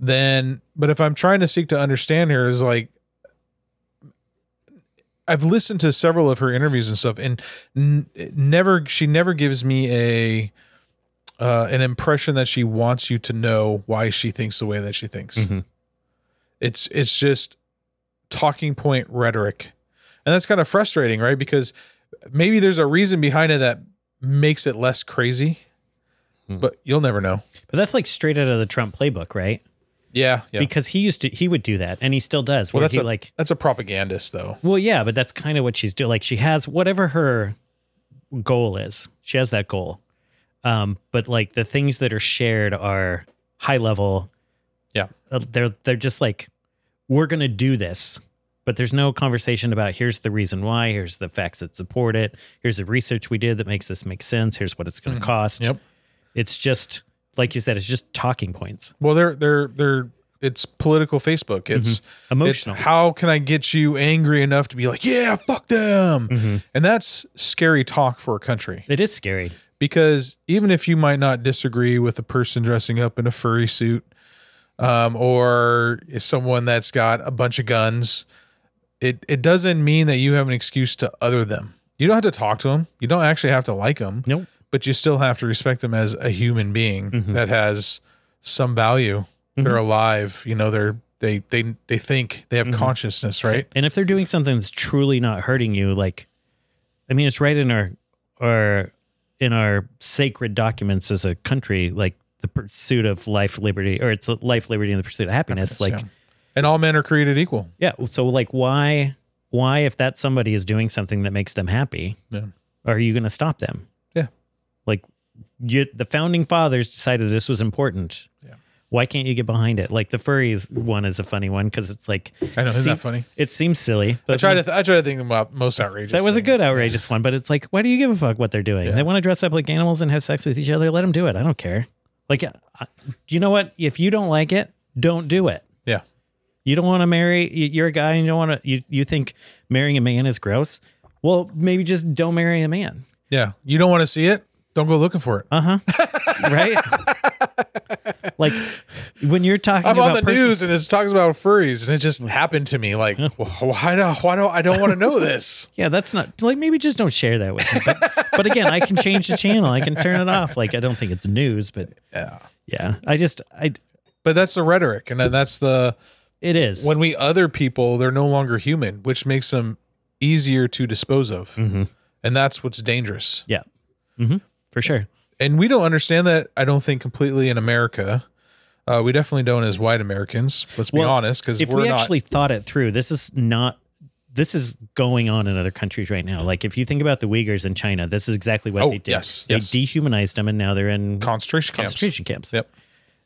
Then, but if I'm trying to seek to understand her, is like, I've listened to several of her interviews and stuff, and n- it never she never gives me a uh, an impression that she wants you to know why she thinks the way that she thinks. Mhm. It's it's just talking point rhetoric, and that's kind of frustrating, right? Because maybe there's a reason behind it that makes it less crazy, Hmm. but you'll never know. But that's like straight out of the Trump playbook, right? Yeah, yeah. Because he used to, he would do that, and he still does. Well, Where that's he a- like, that's a propagandist, though. well, yeah, but that's kind of what she's doing. Like she has whatever her goal is. She has that goal, um, but like the things that are shared are high level. Yeah. Uh, they're they're just like we're gonna do this, but there's no conversation about here's the reason why, here's the facts that support it, here's the research we did that makes this make sense, here's what it's gonna Mhm. cost. Yep. It's just like you said, it's just talking points. Well, they're they're they're it's political Facebook. It's it's Emotional. how can I get you angry enough to be like, yeah, fuck them, Mhm. and that's scary talk for a country It is scary. because even if you might not disagree with a person dressing up in a furry suit um, or is someone that's got a bunch of guns, it it doesn't mean that you have an excuse to other them. You don't have to talk to them. You don't actually have to like them. Nope. But you still have to respect them as a human being Mhm. that has some value. Mm-hmm. They're alive. You know, they're they they they think they have Mhm. consciousness, right? And if they're doing something that's truly not hurting you, like, I mean, it's right in our, our, in our sacred documents as a country, like the pursuit of life, liberty, or it's life, liberty, and the pursuit of happiness. Like, So- and all men are created equal. yeah. So, like, why, why, if that somebody is doing something that makes them happy, Yeah. are you going to stop them? Yeah. Like, you, the founding fathers decided this was important. Yeah. Why can't you get behind it? Like the furries one is a funny one because it's like I know. Isn't See- that funny? it seems silly. I But try to th- I try to think about most outrageous. that was a good things. outrageous one, but it's like, why do you give a fuck what they're doing? Yeah. They want to dress up like animals and have sex with each other. Let them do it. I don't care. Like, I, you know what? If you don't like it, don't do it. Yeah. You don't want to marry. you- You're a guy and you don't want to. You, you think marrying a man is gross? Well, maybe just don't marry a man. Yeah. You don't want to see it? Don't go looking for it. Uh huh. right. *laughs* like when you're talking I'm about on the person- Mm. news and it talks about furries and it just happened to me. Like, wh- why do why do I don't want to *laughs* know this? Yeah, that's not like maybe just don't share that with me. But, but again, I can change the channel. I can turn it off. Like I don't think it's news, but Yeah. yeah, I just I But that's the rhetoric, and that's the it is when we other people, they're no longer human, which makes them easier to dispose of, Mhm. and that's what's dangerous. yeah, Mm-hmm. hmm for sure. and we don't understand that i don't think completely in america uh, we definitely don't as white americans let's be Well, honest because If we're we not actually thought it through, this is not this is going on in other countries right now. Like if you think about the Uyghurs in China, this is exactly what Oh, they did. yes, they yes. dehumanized them, and now they're in concentration camps concentration camps. Yep.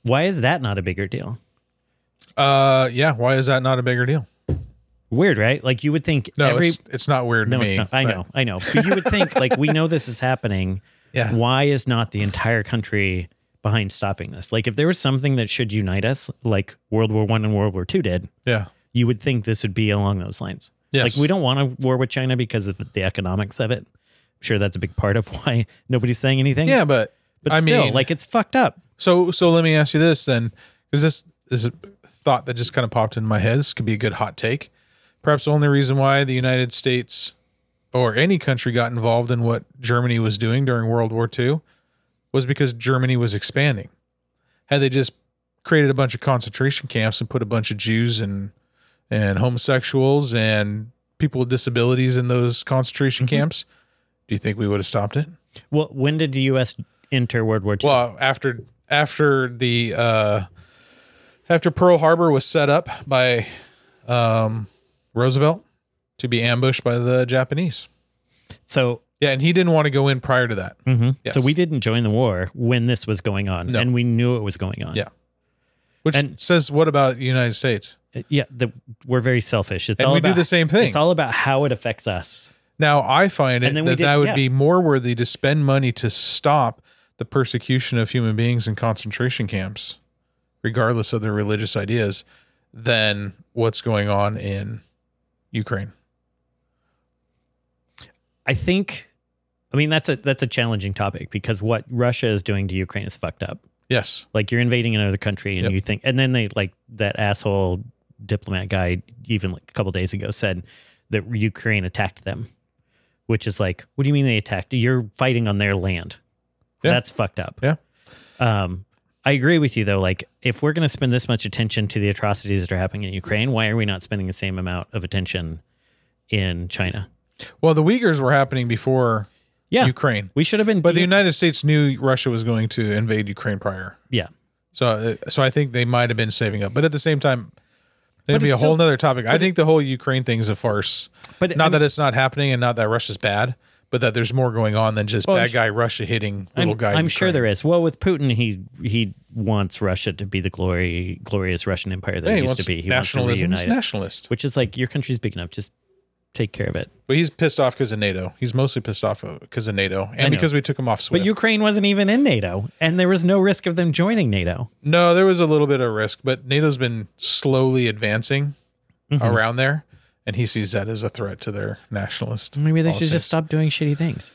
Why is that not a bigger deal? uh yeah why is that not a bigger deal Weird, right? Like you would think no every it's, it's not weird No, to me it's not. I but- know, I know. But you would think, like, we know this is happening. *laughs* Yeah. Why is not the entire country behind stopping this? Like, if there was something that should unite us, like World War One and World War Two did, yeah you would think this would be along those lines. Yes. Like, we don't want a war with China because of the economics of it. I'm sure that's a big part of *laughs* why nobody's saying anything. yeah but, But i still, mean like, it's fucked up. so so let me ask you this then because this is a thought that just kind of popped in my head this could be a good hot take perhaps the only reason why the united states or any country got involved in what germany was doing during world war ii was because germany was expanding had they just created a bunch of concentration camps and put a bunch of jews and and homosexuals and people with disabilities in those concentration camps do you think we would have stopped it Well, when did the U.S. enter World War Two? well, after after the uh, after Pearl Harbor was set up by um, Roosevelt to be ambushed by the Japanese. so Yeah, and he didn't want to go in prior to that. mhm. Yes. so we didn't join the war when this was going on, No. and we knew it was going on. Yeah. Which And- says what about the United States? Uh, yeah, the, we're very selfish. It's And all we do about, the same thing. It's all about how it affects us. Now I find it And then we that did- that would yeah. be more worthy to spend money to stop the persecution of human beings in concentration camps, regardless of their religious ideas, than what's going on in Ukraine? I think I mean that's a that's a challenging topic because what Russia is doing to Ukraine is fucked up. Yes. Like you're invading another country and Yep. you think and then they like that asshole diplomat guy even like a couple days ago said that Ukraine attacked them. Which is like, what do you mean they attacked? You're fighting on their land. Yeah. That's fucked up. Yeah. Um I agree with you though. Like, if we're going to spend this much attention to the atrocities that are happening in Ukraine, why are we not spending the same amount of attention in China? Well, the Uyghurs were happening before Yeah, Ukraine, we should have been. but the de- United States knew Russia was going to invade Ukraine prior. yeah, So, uh, so I think they might have been saving up, but at the same time, But there'd be it's a whole still- nother topic. I think the whole Ukraine thing's a farce. but Not I'm- that it's not happening, and not that Russia's bad, but that there's more going on than just Well, I'm bad su- guy Russia hitting I'm, little guy. I'm sure Ukraine. there is. Well, with Putin, he he wants Russia to be the glory glorious Russian empire that Yeah, it he used wants to be. He wants to nationalism. He's reunite it, nationalist, which is like your country's big enough. Just take care of it. but he's pissed off because of NATO. He's mostly pissed off because of NATO, and know. because we took him off SWIFT. But But Ukraine wasn't even in NATO, and there was no risk of them joining NATO. no, there was a little bit of risk, but NATO's been slowly advancing around there, and he sees that as a threat to their nationalist. Maybe they should policies. just stop doing shitty things.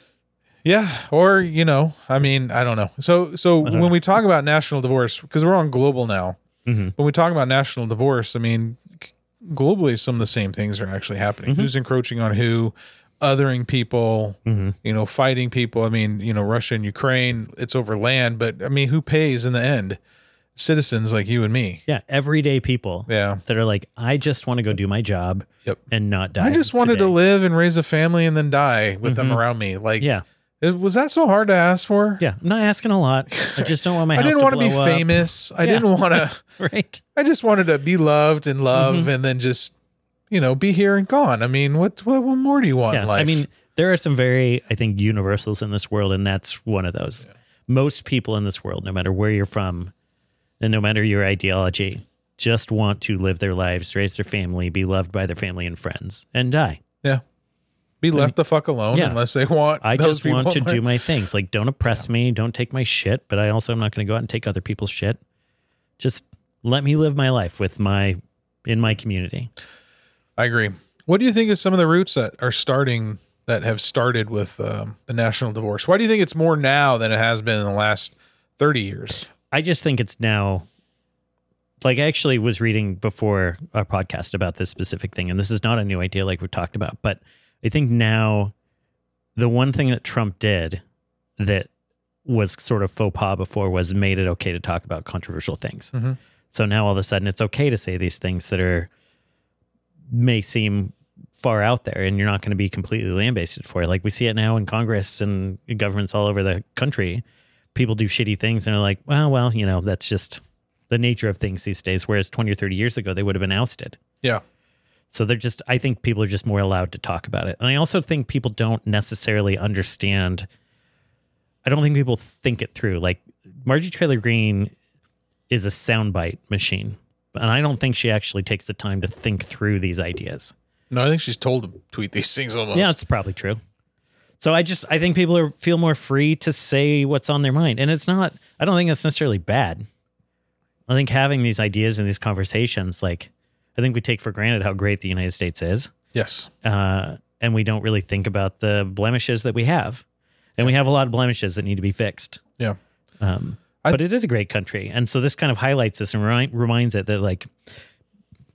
Yeah, or you know, I mean, I don't know. So so when we talk about national divorce, because we're on global now, Mhm. when we talk about national divorce, I mean, c- globally, some of the same things are actually happening. Who's encroaching on who, othering people, you know, fighting people. I mean, you know, Russia and Ukraine, it's over land, but I mean, who pays in the end? Citizens like you and me. Yeah, everyday people Yeah. that are like, I just want to go do my job Yep. and not die. I just wanted to today." Mm-hmm. live and raise a family and then die with them around me. Like, Yeah, it- was that so hard to ask for? yeah. I'm not asking a lot. I just don't want *laughs* my I house didn't to want to be blow up. famous. I Yeah. didn't want to. *laughs* right? I just wanted to be loved and love, Mm-hmm. and then just you know be here and gone. I mean, what what, what more do you want? Yeah, in life? I mean, there are some very, I think, universals in this world, and that's one of those. Most people in this world, no matter where you're from, and no matter your ideology, just want to live their lives, raise their family, be loved by their family and friends, and die. yeah, be left the fuck alone Yeah. unless they want. I those just want to people. do my things. Like, don't oppress me, don't take my shit, but I also am not going to go out and take other people's shit. Just let me live my life with my in my community. I agree. What do you think is some of the roots that are starting that have started with um, the national divorce? Why do you think it's more now than it has been in the last thirty years? I just think it's now like I actually was reading before our podcast about this specific thing, and this is not a new idea like we've talked about, but I think now the one thing that Trump did that was sort of faux pas before was made it okay to talk about controversial things. Mhm. So now all of a sudden it's okay to say these things that are may seem far out there and you're not going to be completely lambasted for it. Like we see it now in Congress and governments all over the country people do shitty things and are like, well, well, you know, that's just the nature of things these days. Whereas 20 or 30 years ago, they would have been ousted. Yeah, So they're just, I think people are just more allowed to talk about it. And I also think people don't necessarily understand. I don't think people think it through. Like Margie Trailer Green is a soundbite machine. And I don't think she actually takes the time to think through these ideas. no, I think she's told to tweet these things almost. Yeah, it's probably true. So I just I think people are feel more free to say what's on their mind, and it's not. I don't think that's necessarily bad. I think having these ideas and these conversations, like I think we take for granted how great the United States is, yes, uh, and we don't really think about the blemishes that we have, and we have a lot of blemishes that need to be fixed. yeah. Um, I- but it is a great country, and so this kind of highlights this and remi- reminds it that like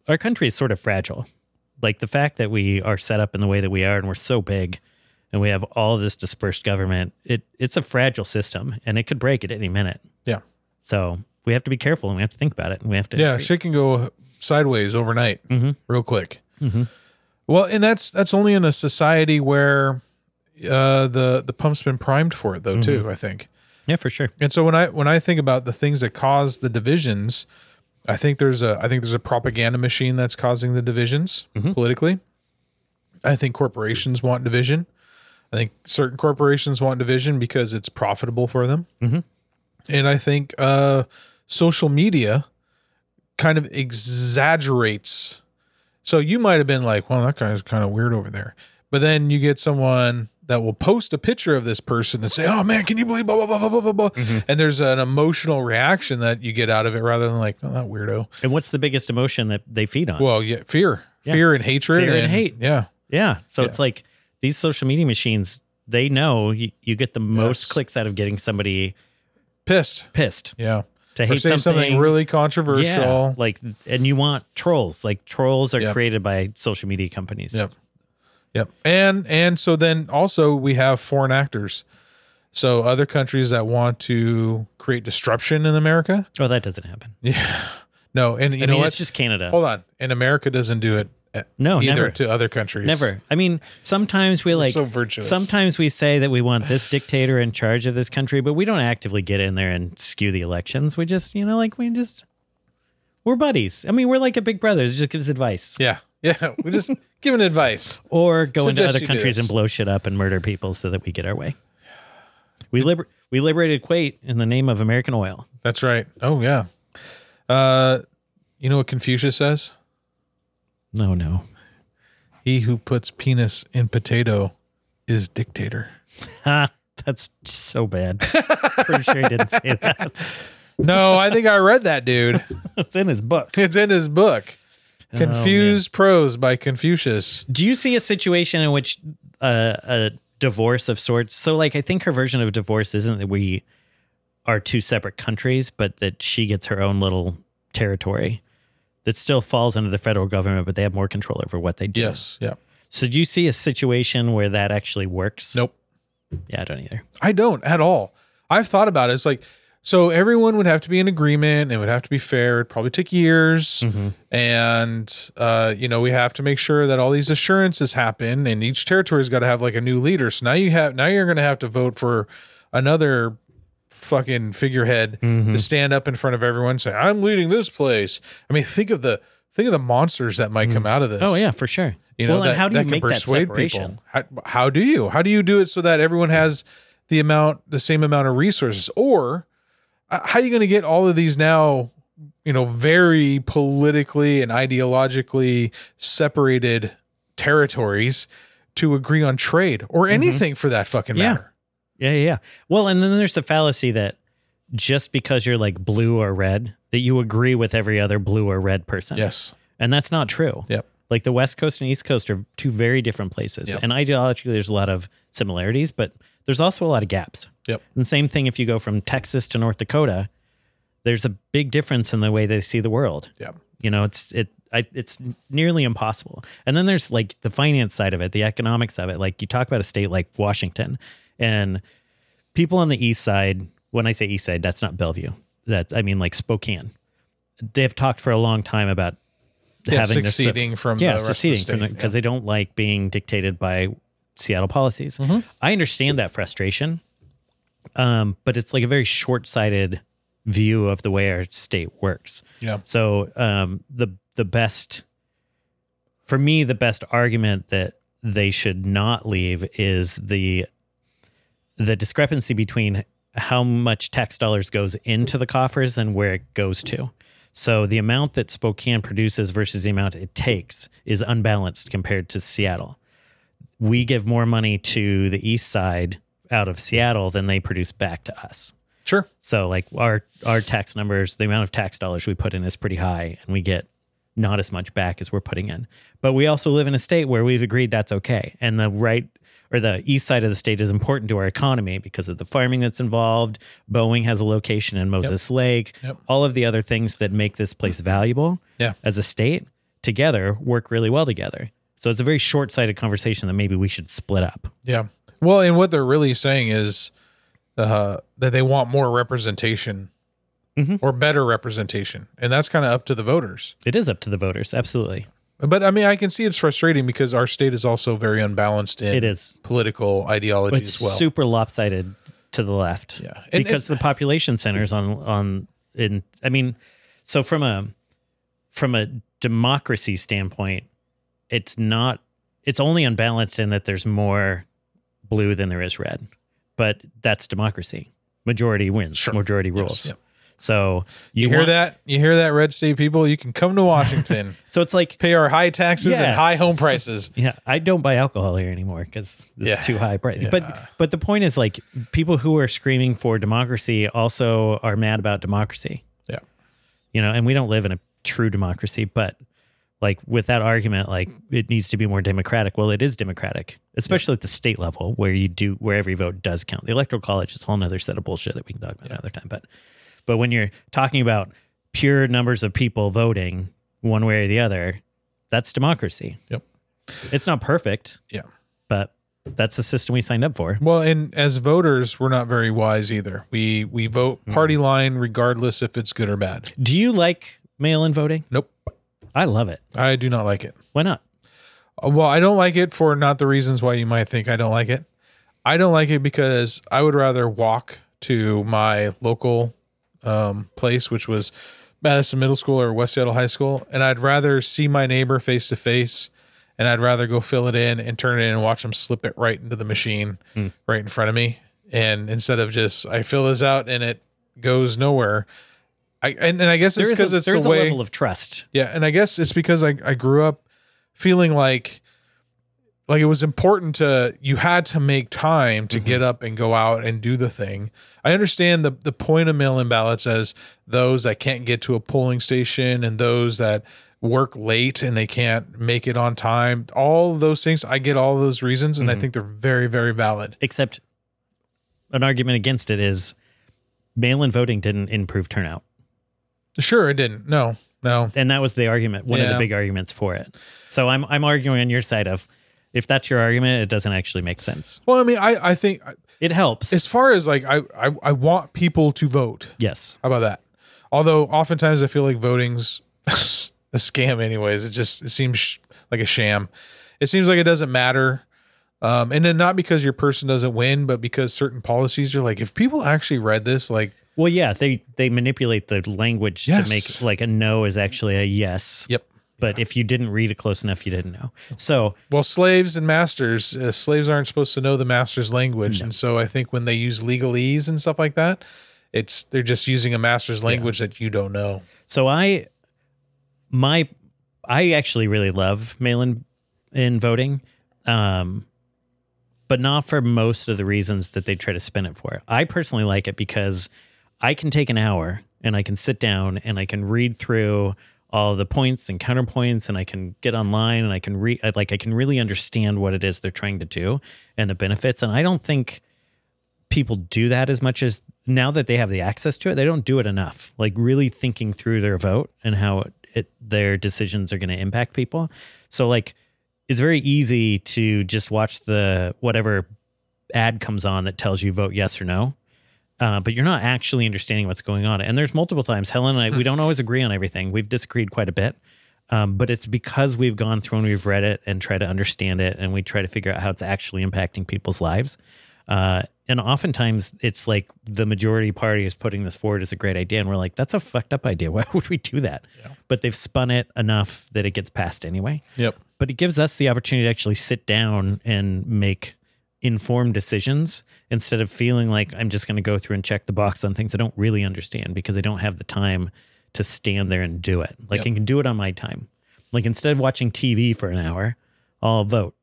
our country is sort of fragile. Like the fact that we are set up in the way that we are, and we're so big, and we have all this dispersed government. It it's a fragile system, and it could break at any minute. Yeah. So we have to be careful, and we have to think about it, and we have to Yeah, shit can go sideways overnight, Mhm. real quick. Mhm. Well, and that's that's only in a society where uh, the the pump's been primed for it, though. Too, I think. yeah for sure. And so when I when I think about the things that cause the divisions, I think there's a I think there's a propaganda machine that's causing the divisions politically. I think corporations want division. I think certain corporations want division because it's profitable for them. Mhm. And I think uh, social media kind of exaggerates. So you might have been like, "Well, that guy's kind of weird over there," but then you get someone that will post a picture of this person and say, "Oh man, can you believe blah blah blah blah blah blah?" Mm-hmm. blah And there's an emotional reaction that you get out of it rather than like, "Oh, that weirdo." And what's the biggest emotion that they feed on? Well, yeah, fear. Yeah. fear and hatred, Fear and hate. Yeah, Yeah. So Yeah. it's like these social media machines, they know you, you get the most Yes. clicks out of getting somebody pissed. pissed Yeah, to or hate say something, something, really controversial. Yeah, like, and you want trolls. Like trolls are Yep. created by social media companies. Yep. Yep. And and so then also we have foreign actors. So other countries that want to create disruption in America. Oh, that doesn't happen. Yeah. No, and you I know mean, what? it's just Canada. Hold on. And America doesn't do it uh, No, either never. to other countries. Never. I mean, sometimes we like so virtuous. Sometimes we say that we want this dictator in charge of this country, but we don't actively get in there and skew the elections. We just, you know, like we just we're buddies. I mean, we're like a big brother. It just gives advice. Yeah. *laughs* Yeah. We're just giving advice. Or go Suggest into you other do countries this. and blow shit up and murder people so that we get our way. We liber- we liberated Kuwait in the name of American oil. That's right. Oh yeah. Uh you know what Confucius says? No, no. He who puts penis in potato is dictator. Ha, Ah, that's so bad. Pretty sure he didn't say that. *laughs* No, I think I read that dude. *laughs* It's in his book. It's in his book. Oh, Confused Prose by Confucius. Do you see a situation in which uh, a divorce of sorts? So, like, I think her version of divorce isn't that we are two separate countries, but that she gets her own little territory that still falls under the federal government, but they have more control over what they do. Yeah. So, do you see a situation where that actually works? Nope. Yeah, I don't either. I don't at all. I've thought about it. It's like, so everyone would have to be in agreement. It would have to be fair. It'd probably take years. Mm-hmm. And, uh, you know, we have to make sure that all these assurances happen and each territory's got to have like a new leader. So now you have, now you're going to have to vote for another fucking figurehead Mm-hmm. to stand up in front of everyone and say, I'm leading this place. I mean, think of the, think of the monsters that might come out of this. Oh, yeah, for sure. you know well, that, and how do that you can make that persuade separation? people how, how do you how do you do it so that everyone has the amount the same amount of resources or uh, how are you going to get all of these now you know very politically and ideologically separated territories to agree on trade or anything for that fucking Mm-hmm. Yeah. matter Yeah, yeah, yeah. Well, and then there's the fallacy that just because you're like blue or red, that you agree with every other blue or red person. yes And that's not true. Yep. Like the West Coast and East Coast are two very different places. Yep. And ideologically, there's a lot of similarities, but there's also a lot of gaps. Yep. And the same thing if you go from Texas to North Dakota, there's a big difference in the way they see the world. Yep. You know, it's it I, it's nearly impossible. And then there's like the finance side of it, the economics of it. Like you talk about a state like Washington, and people on the east side. When I say east side, that's not Bellevue. That I mean like Spokane. They've talked for a long time about yeah, having this uh, succeeding from yeah, the rest of the seceding from state. it because they don't like being dictated by Seattle policies. Mm-hmm. I understand that frustration, um, but it's like a very short-sighted view of the way our state works. yeah So um, the the best for me, the best argument that they should not leave is the the discrepancy between how much tax dollars goes into the coffers and where it goes to. So the amount that Spokane produces versus the amount it takes is unbalanced compared to Seattle. We give more money to the east side out of Seattle than they produce back to us. sure So like our our tax numbers, the amount of tax dollars we put in is pretty high, and we get not as much back as we're putting in. But we also live in a state where we've agreed that's okay, and the right or the east side of the state is important to our economy because of the farming that's involved. Boeing has a location in Moses Lake. Yep. All of the other things that make this place valuable Yeah. as a state together work really well together. So it's a very short-sighted conversation that maybe we should split up. Yeah. Well, and what they're really saying is uh, that they want more representation Mhm. or better representation. And that's kind of up to the voters. It is up to the voters, absolutely. But I mean, I can see it's frustrating because our state is also very unbalanced in It is. political ideology But it's as well. super lopsided to the left. Yeah. And- because the population centers on on in I mean, so from a from a democracy standpoint, it's not it's only unbalanced in that there's more blue than there is red. But that's democracy. Majority wins. Sure. Majority Yes. rules. Yep. So you, You hear want- that? You hear that, red state people? You can come to *laughs* Washington, So it's like pay our high taxes Yeah. and high home prices. Yeah, I don't buy alcohol here anymore because it's Yeah. too high price. Yeah. But but the point is like people who are screaming for democracy also are mad about democracy. Yeah. You know, and we don't live in a true democracy, but like with that argument, like it needs to be more democratic. Well, it is democratic, especially at the state level where you do where every vote does count. The electoral college is a whole nother set of bullshit that we can talk about another time. But but when you're talking about pure numbers of people voting one way or the other, that's democracy. Yep. It's not perfect. Yeah. But that's the system we signed up for. Well, and as voters, we're not very wise either. We we vote Mm-hmm. party line regardless if it's good or bad. Do you like mail in voting? Nope. I love it. I do not like it. Why not? Uh, Well, I don't like it for not the reasons why you might think I don't like it. I don't like it because I would rather walk to my local um, place, which was Madison Middle School or West Seattle High School, and I'd rather see my neighbor face to face, and I'd rather go fill it in and turn it in and watch them slip it right into the machine Hmm. right in front of me, and instead of just I fill this out and it goes nowhere. I and, and I guess it's There is because a, it's there is the a way level of trust. yeah, and I guess it's because I, I grew up feeling like like it was important to you had to make time to get up and go out and do the thing. I understand the the point of mail-in ballots as those that can't get to a polling station and those that work late and they can't make it on time. All of those things, I get all of those reasons and I think they're very very valid. Except an argument against it is mail in voting didn't improve turnout. Sure, it didn't. No. No. And that was the argument, one of Yeah. the big arguments for it. So I'm I'm arguing on your side of if that's your argument, it doesn't actually make sense. Well, I mean, I I think It helps. as far as like I I, I want people to vote. yes. How about that? Although oftentimes I feel like voting's *laughs* a scam, anyways. It just it seems sh- like a sham. It seems like it doesn't matter. Um, and then not because your person doesn't win, but because certain policies are like, if people actually read this, like, Well, yeah, they they manipulate the language Yes. to make like a no is actually a yes. yep. But if you didn't read it close enough, you didn't know. So Well, slaves and masters, uh, slaves aren't supposed to know the master's language, and so I think when they use legalese and stuff like that, it's they're just using a master's language that you don't know. So I, my, I actually really love mail-in in voting, um, but not for most of the reasons that they try to spin it for. I personally like it because I can take an hour and I can sit down and I can read through all the points and counterpoints and I can get online and I can read like I can really understand what it is they're trying to do and the benefits. And I don't think people do that as much as now that they have the access to it, they don't do it enough. Like really thinking through their vote and how it, it their decisions are going to impact people. So like it's very easy to just watch the whatever ad comes on that tells you vote yes or no. Uh, but you're not actually understanding what's going on. And there's multiple times, Helen and I, we don't always agree on everything. We've disagreed quite a bit. Um, but it's because we've gone through and we've read it and try to understand it and we try to figure out how it's actually impacting people's lives. Uh, and oftentimes it's like the majority party is putting this forward as a great idea. And we're like, that's a fucked up idea. *laughs* Why would we do that? But they've spun it enough that it gets passed anyway Yep. but it gives us the opportunity to actually sit down and make informed decisions instead of feeling like I'm just going to go through and check the box on things I don't really understand because I don't have the time to stand there and do it. Like I can do it on my time. Like instead of watching TV for an hour, I'll vote.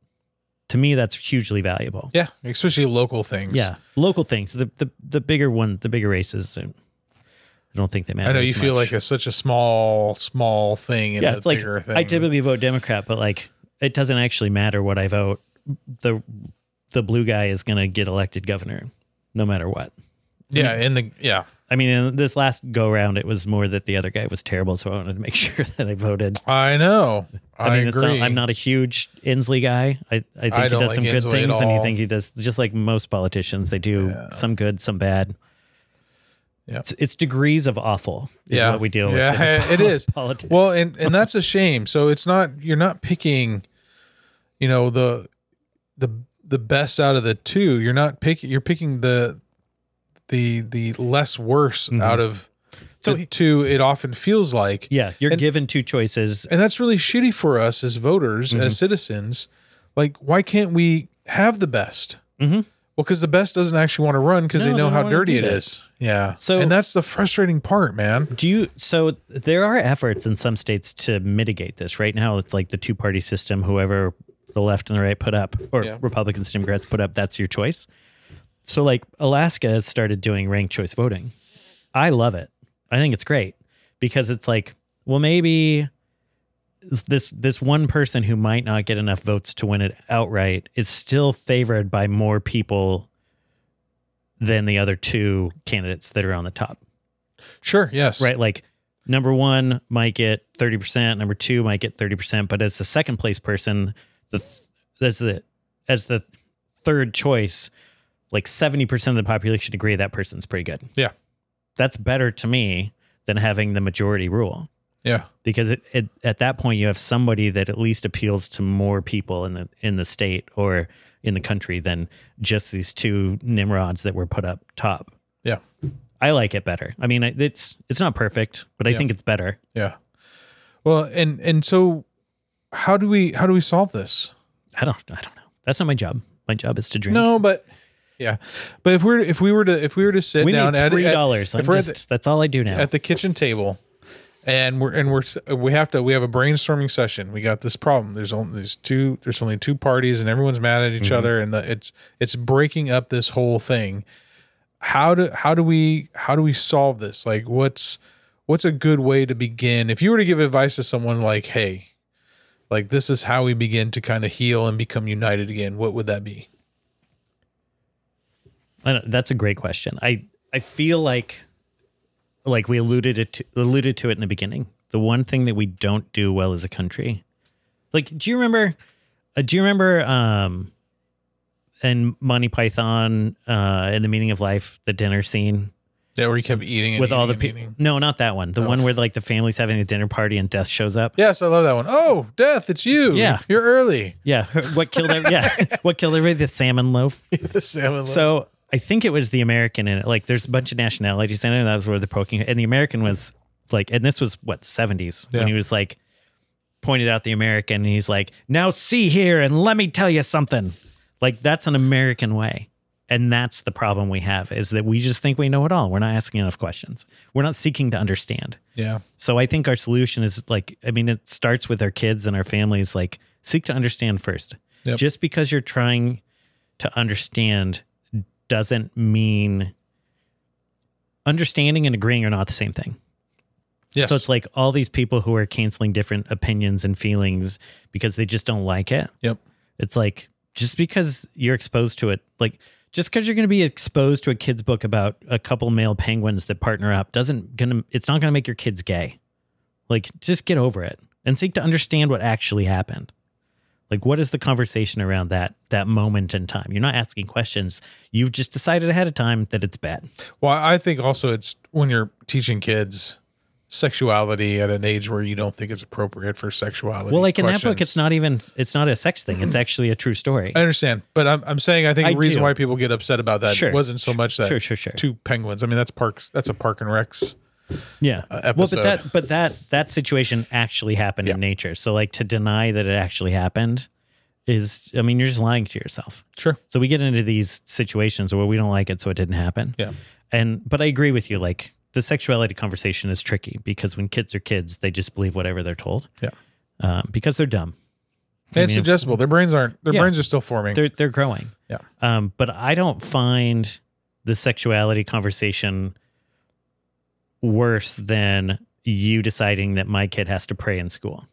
To me, that's hugely valuable. Yeah, especially local things. Yeah, local things. The the the bigger one, the bigger races. I don't think they matter. I know you as feel much like it's such a small, small thing. In yeah, a it's like bigger thing. I typically vote Democrat, but like it doesn't actually matter what I vote. The the blue guy is going to get elected governor, no matter what. Yeah, in the yeah, I mean, in this last go round, it was more that the other guy was terrible, so I wanted to make *laughs* sure that I voted. I know. I, mean, agree. It's not, I'm not a huge Inslee guy. I, I think I he don't does like some good Inslee at things, and you all. think he does just like most politicians. They do some good, some bad. Yeah. It's, it's degrees of awful. Is yeah, what we deal with. in Yeah, *laughs* it is. Politics. Well, and and that's a shame. So it's not you're not picking, you know the the the best out of the two. You're not picking. You're picking the the the less worse out of Mm-hmm. So the he- two. It often feels like yeah, you're and- given two choices. and that's really shitty for us as voters Mm-hmm. as citizens like why can't we have the best well Mhm. because the best doesn't actually want to run because No, they they know don't how wanna do dirty it that. is yeah So- and that's the frustrating part man Do you? So there are efforts in some states to mitigate this. Right now, it's like the two party system. Whoever the left and the right put up, or Yeah. Republicans, Democrats put up, that's your choice. So like Alaska has started doing ranked choice voting. I love it. I think it's great because it's like, well, maybe this this one person who might not get enough votes to win it outright is still favored by more people than the other two candidates that are on the top. Sure. Yes. Right? Like number 1 might get 30%, number 2 might get 30%, but as the second place person, the as the as the third choice, like 70% of the population agree that person's pretty good. Yeah. That's better to me than having the majority rule Yeah. because it, it, at that point you have somebody that at least appeals to more people in the in the state or in the country than just these two nimrods that were put up top. Yeah. I like it better. I mean, I- it's it's not perfect, but I Yeah. think it's better. Yeah. Well, and and so how do we how do we solve this? I don't I don't know. That's not my job. My job is to drink. No, but yeah. But if we're if we were to if we were to sit we down made at, three at, dollars. if we're at That's all I do now. at the kitchen table and we're and we're we have to we have a brainstorming session we got this problem there's only there's two there's only two parties and everyone's mad at each other and the, it's it's breaking up this whole thing how do how do we how do we solve this like what's what's a good way to begin if you were to give advice to someone like hey like this is how we begin to kind of heal and become united again what would that be I don't, that's a great question. I I feel like like we alluded it to, alluded to it in the beginning. The one thing that we don't do well as a country, like do you remember? Uh, do you remember? Um, in Monty Python, uh, in the meaning of life, the dinner scene yeah where you kept eating and with all the eating and people. eating. No, not that one. The Oh. one where like the family's having a dinner party and Death shows up. yes i love that one. Oh, death it's you Yeah. you're early Yeah, what killed? Every, *laughs* yeah, what killed everybody? The salmon loaf. *laughs* The salmon loaf. So I think it was the American in it. Like there's a bunch of nationalities in it. and That was where the poking and the American was like, and this was what the 70s Yeah. when he was like pointed out the American and he's like, now see here and let me tell you something. Like that's an American way. And that's the problem we have is that we just think we know it all. We're not asking enough questions. We're not seeking to understand. yeah So I think our solution is like, I mean, it starts with our kids and our families. Like, seek to understand first. Yep. Just because you're trying to understand doesn't mean understanding and agreeing are not the same thing. Yes. So it's like all these people who are canceling different opinions and feelings because they just don't like it. Yep. It's like just because you're exposed to it, like just because you're going to be exposed to a kid's book about a couple male penguins that partner up doesn't going to it's not going to make your kids gay. Like just get over it and seek to understand what actually happened. Like what is the conversation around that that moment in time? You're not asking questions. You've just decided ahead of time that it's bad. well, I think also it's when you're teaching kids sexuality at an age where you don't think it's appropriate for sexuality. Well, like in that book questions. it's not even it's not a sex thing. It's actually a true story. I understand, but I'm, I'm saying I think I the reason do. why people get upset about that Sure. wasn't so much that Sure, sure, sure. two penguins. I mean, that's parks. That's a park and recs. yeah Uh, episode. well but that but that that situation actually happened in nature so like to deny that it actually happened is i mean you're just lying to yourself Sure. so we get into these situations where we don't like it so it didn't happen Yeah. and but i agree with you like the sexuality conversation is tricky because when kids are kids they just believe whatever they're told Yeah. um, because they're dumb And it's mean- suggestible. Their brains aren't. Their Yeah. brains are still forming. they're they're growing. Yeah. Um, but I don't find the sexuality conversation worse than you deciding that my kid has to pray in school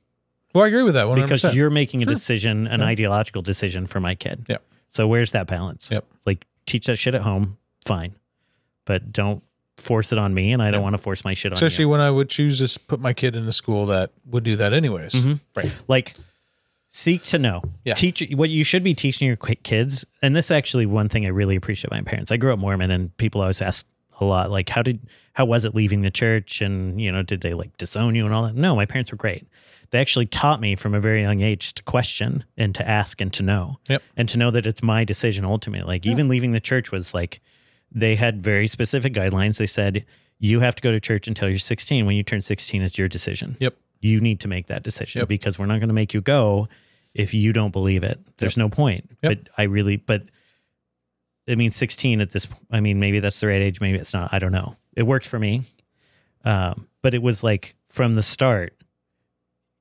well, I agree with that one because percent. you're making a Sure. decision, an Yeah. ideological decision for my kid. Yeah. So where's that balance? Yep. Like teach that shit at home, fine, but don't force it on me, and I don't Yeah. want to force my shit on Especially you. when I would choose to s- put my kid in a school that would do that anyways. Mhm. Right. like seek to know Yeah. teach what you should be teaching your qui- kids and this is actually one thing i really appreciate my parents i grew up mormon and people always ask a lot like how did how was it leaving the church and you know did they like disown you and all that no my parents were great they actually taught me from a very young age to question and to ask and to know Yep. and to know that it's my decision ultimately like even leaving the church was like they had very specific guidelines they said you have to go to church until you're 16 when you turn 16 it's your decision Yep. you need to make that decision Yep. because we're not going to make you go if you don't believe it. There's no point. Yep. But I really, but I mean, 16 at this, I mean, maybe that's the right age. Maybe it's not. I don't know. It worked for me. Um, but it was like from the start,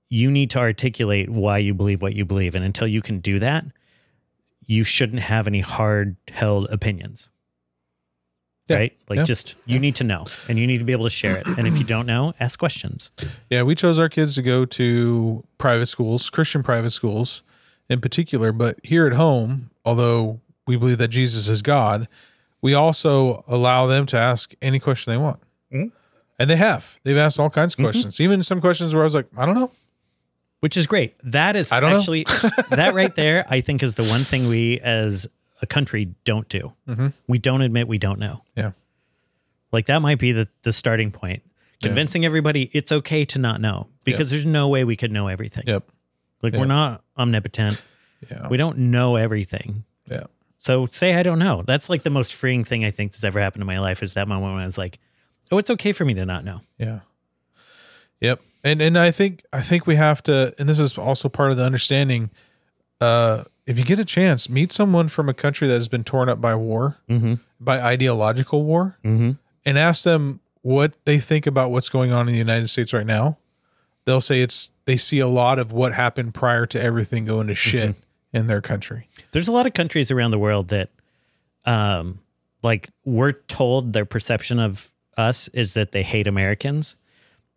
you need to articulate why you believe what you believe. And until you can do that, you shouldn't have any hard held opinions. Yeah. right? Like Yeah. just you need to know and you need to be able to share it. And if you don't know, ask questions. Yeah, we chose our kids to go to private schools, Christian private schools in particular, but here at home, although we believe that Jesus is God, we also allow them to ask any question they want. Mhm. And they have. They've asked all kinds of questions, even some questions where I was like, I don't know. Which is great. That is I don't know. *laughs* actually that right there, I think is the one thing we as a country don't do. Mhm. We don't admit we don't know. Yeah. Like that might be the, the starting point. Yeah. Convincing everybody it's okay to not know because there's no way we could know everything. Yep. Like Yeah. we're not omnipotent. Yeah. We don't know everything. Yeah. So say I don't know. That's like the most freeing thing I think that's ever happened in my life is that moment when I was like, oh, it's okay for me to not know. Yeah. Yep. And and I think I think we have to and this is also part of the understanding uh if you get a chance, meet someone from a country that has been torn up by war, Mm-hmm. by ideological war, Mm-hmm. and ask them what they think about what's going on in the United States right now, they'll say it's they see a lot of what happened prior to everything going Mm-hmm. to shit in their country. There's a lot of countries around the world that, um, like we're told their perception of us is that they hate Americans,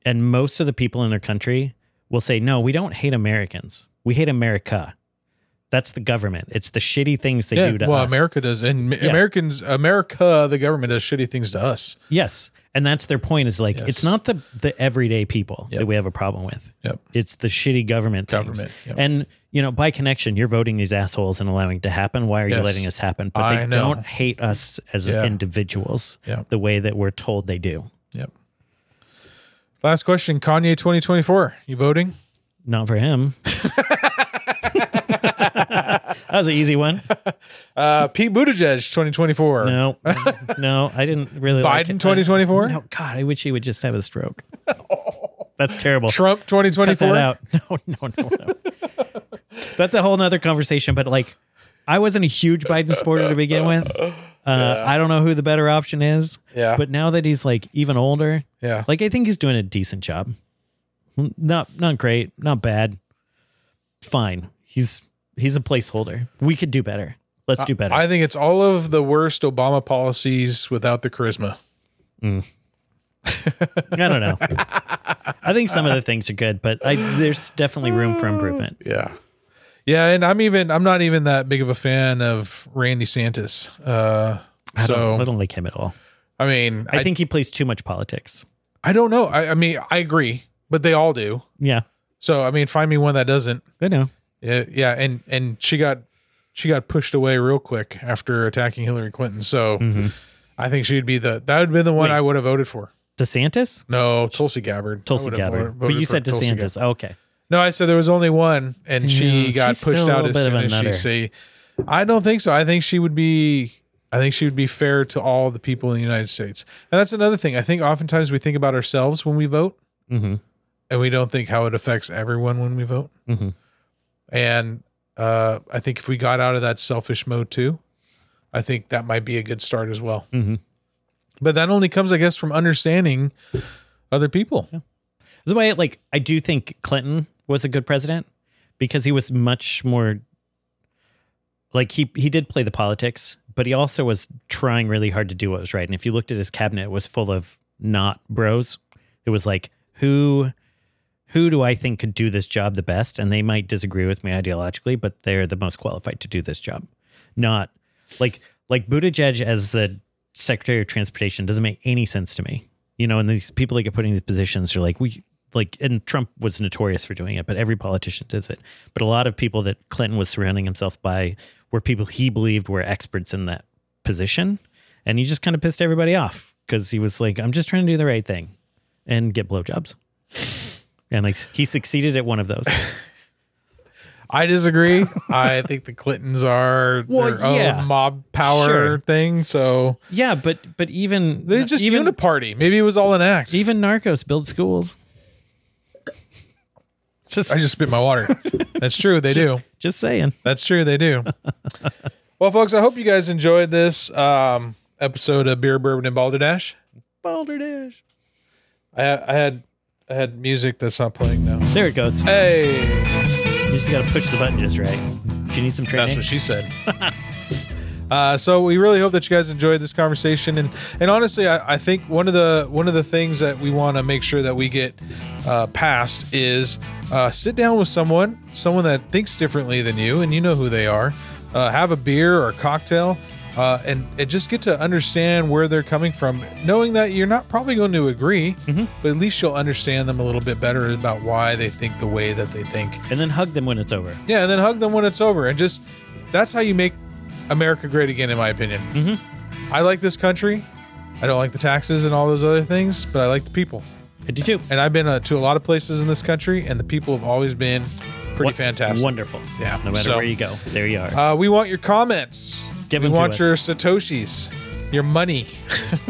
and most of the people in their country will say, no, we don't hate Americans. We hate America. That's the government. It's the shitty things they do to well, us. America does, and Ma- Yeah. Americans, America, the government does shitty things to us. Yes. And that's their point is like Yes. it's not the the everyday people Yep. that we have a problem with. Yep. It's the shitty government things. Government, yep. And you know, by connection, you're voting these assholes and allowing it to happen. Why are you Yes. letting this happen? But I they know. don't hate us as Yeah. individuals Yep. the way that we're told they do. Yep. Last question, Kanye, twenty twenty four. You voting? Not *laughs* for him. that was an easy one. Uh, Pete Buttigieg, twenty twenty four. No, no, I didn't really. like Biden it. 2024? No, God, I wish he would just have a stroke. That's *laughs* terrible. Trump, twenty twenty cut that four. out. *laughs* No, no, no, no. That's a whole nother conversation. But like, I wasn't a huge Biden supporter to begin with. Uh, I don't know who the better option is. Yeah. But now that he's like even older, Yeah. like I think he's doing a decent job. Not not great, not bad. Fine. He's he's a placeholder. We could do better. Let's do better. I think it's all of the worst Obama policies without the charisma. I don't know. I think some of the things are good, but I, there's definitely room for improvement. Yeah. Yeah, and I'm even I'm not even that big of a fan of Randy Santis. Uh I don't, I so don't like him at all. I mean I think he plays too much politics. I don't know. I, I mean I agree, but they all do. Yeah. So I mean find me one that doesn't. I know. Yeah, yeah, and and she got she got pushed away real quick after attacking Hillary Clinton. So I think she'd be the that would have been the one Mm-hmm. Wait. I would have voted for. DeSantis? No, Tulsi Gabbard. I Tulsi would have Gabbard. voted- But you voted said for Tulsi DeSantis. Oh, okay. No, I said there was only one, and she Yeah, got she's still pushed a out little as bit of soon a as she see. nutter. I don't think so. I think she would be. I think she would be fair to all the people in the United States, and that's another thing. I think oftentimes we think about ourselves when we vote, Mm-hmm. and we don't think how it affects everyone when we vote. Mhm. And uh, I think if we got out of that selfish mode too, I think that might be a good start as well. Mhm. But that only comes, I guess, from understanding other people. This is why, like, I do think Clinton was a good president because he was much more like he he did play the politics, but he also was trying really hard to do what was right. And if you looked at his cabinet, it was full of not bros. It was like who who do I think could do this job the best? And they might disagree with me ideologically, but they're the most qualified to do this job. Not like like Buttigieg as the Secretary of Transportation doesn't make any sense to me. You know, and these people that get put in these positions are like we like and Trump was notorious for doing it, but every politician does it. But a lot of people that Clinton was surrounding himself by were people he believed were experts in that position. And he just kind of pissed everybody off because he was like, I'm just trying to do the right thing and get blowjobs. And like he succeeded at one of those. I disagree. *laughs* I think the Clintons are Well, their yeah. own mob power Sure. thing. So *laughs* yeah, but but even they just even unit party. Maybe it was all an act. even narcos build schools. Just I just spit my *laughs* water. That's true. They do. just saying. That's true. They *laughs* do. well, folks, I hope you guys enjoyed this um, episode of Beer, Bourbon, and Balderdash. Balderdash. I, I had I had music that's not playing now. There it goes. You Hey, just gotta push the button just right. If you need some that's training, what she said. *laughs* Uh, so we really hope that you guys enjoyed this conversation, and and honestly, I, I think one of the one of the things that we want to make sure that we get uh, past is uh, sit down with someone, someone that thinks differently than you, and you know who they are. Uh, have a beer or a cocktail, uh, and, and just get to understand where they're coming from, knowing that you're not probably going to agree, but at least you'll understand them a little bit better about why they think the way that they think. and then hug them when it's over. Yeah, and then hug them when it's over, and just that's how you make America great again, in my opinion. I like this country. I don't like the taxes and all those other things, but I like the people. I do too. And I've been uh, to a lot of places in this country, and the people have always been pretty What- fantastic. Wonderful. Yeah, No matter so- where you go, there you are. Uh, we want your comments. Give we them to want us. your satoshis, your money.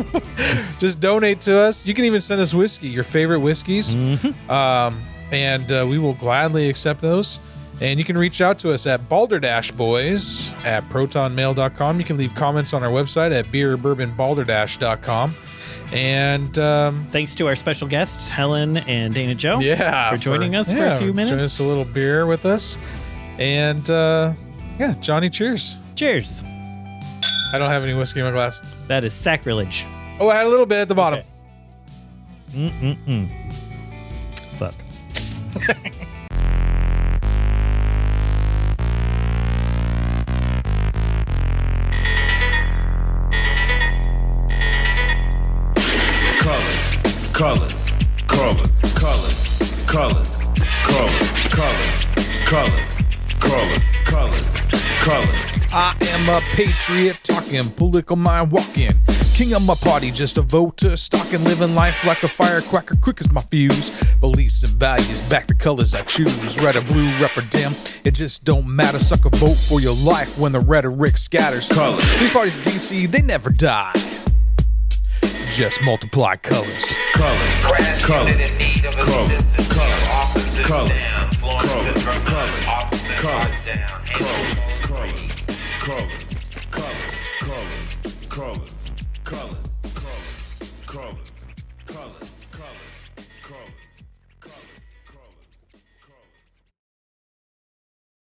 *laughs* Just donate to us. You can even send us whiskey, your favorite whiskeys, Mm-hmm. um, and uh, we will gladly accept those. And you can reach out to us at balderdashboys at protonmail.com. You can leave comments on our website at beerbourbonbalderdash.com. And um, Thanks to our special guests, Helen and Dana Joe. yeah, for joining us for a few Join minutes. us a little beer with us. And uh, yeah, Johnny, cheers. Cheers. I don't have any whiskey in my glass. That is sacrilege. Oh, I had a little bit at the bottom. Okay. Mm-mm-mm. Fuck. colors, colors, colors, colors, colors, colors, colors, colors, colors, colors, colors. I am a patriot talking, political mind walking. King of my party, just a voter stalking, living life like a firecracker, quick as my fuse. Beliefs and values, back the colors I choose. Red or blue, rep or dim, it just don't matter. Sucker, vote for your life when the rhetoric scatters. Colors. These parties in DC, they never die. Just multiply colors. colors, Crash colors, in need of colors, assistance. colors, Officers colors, down. Florence colors, and Drummond. colors, Officers colors, are down. colors, Animal colors, colors, colors, colors, colors, colors.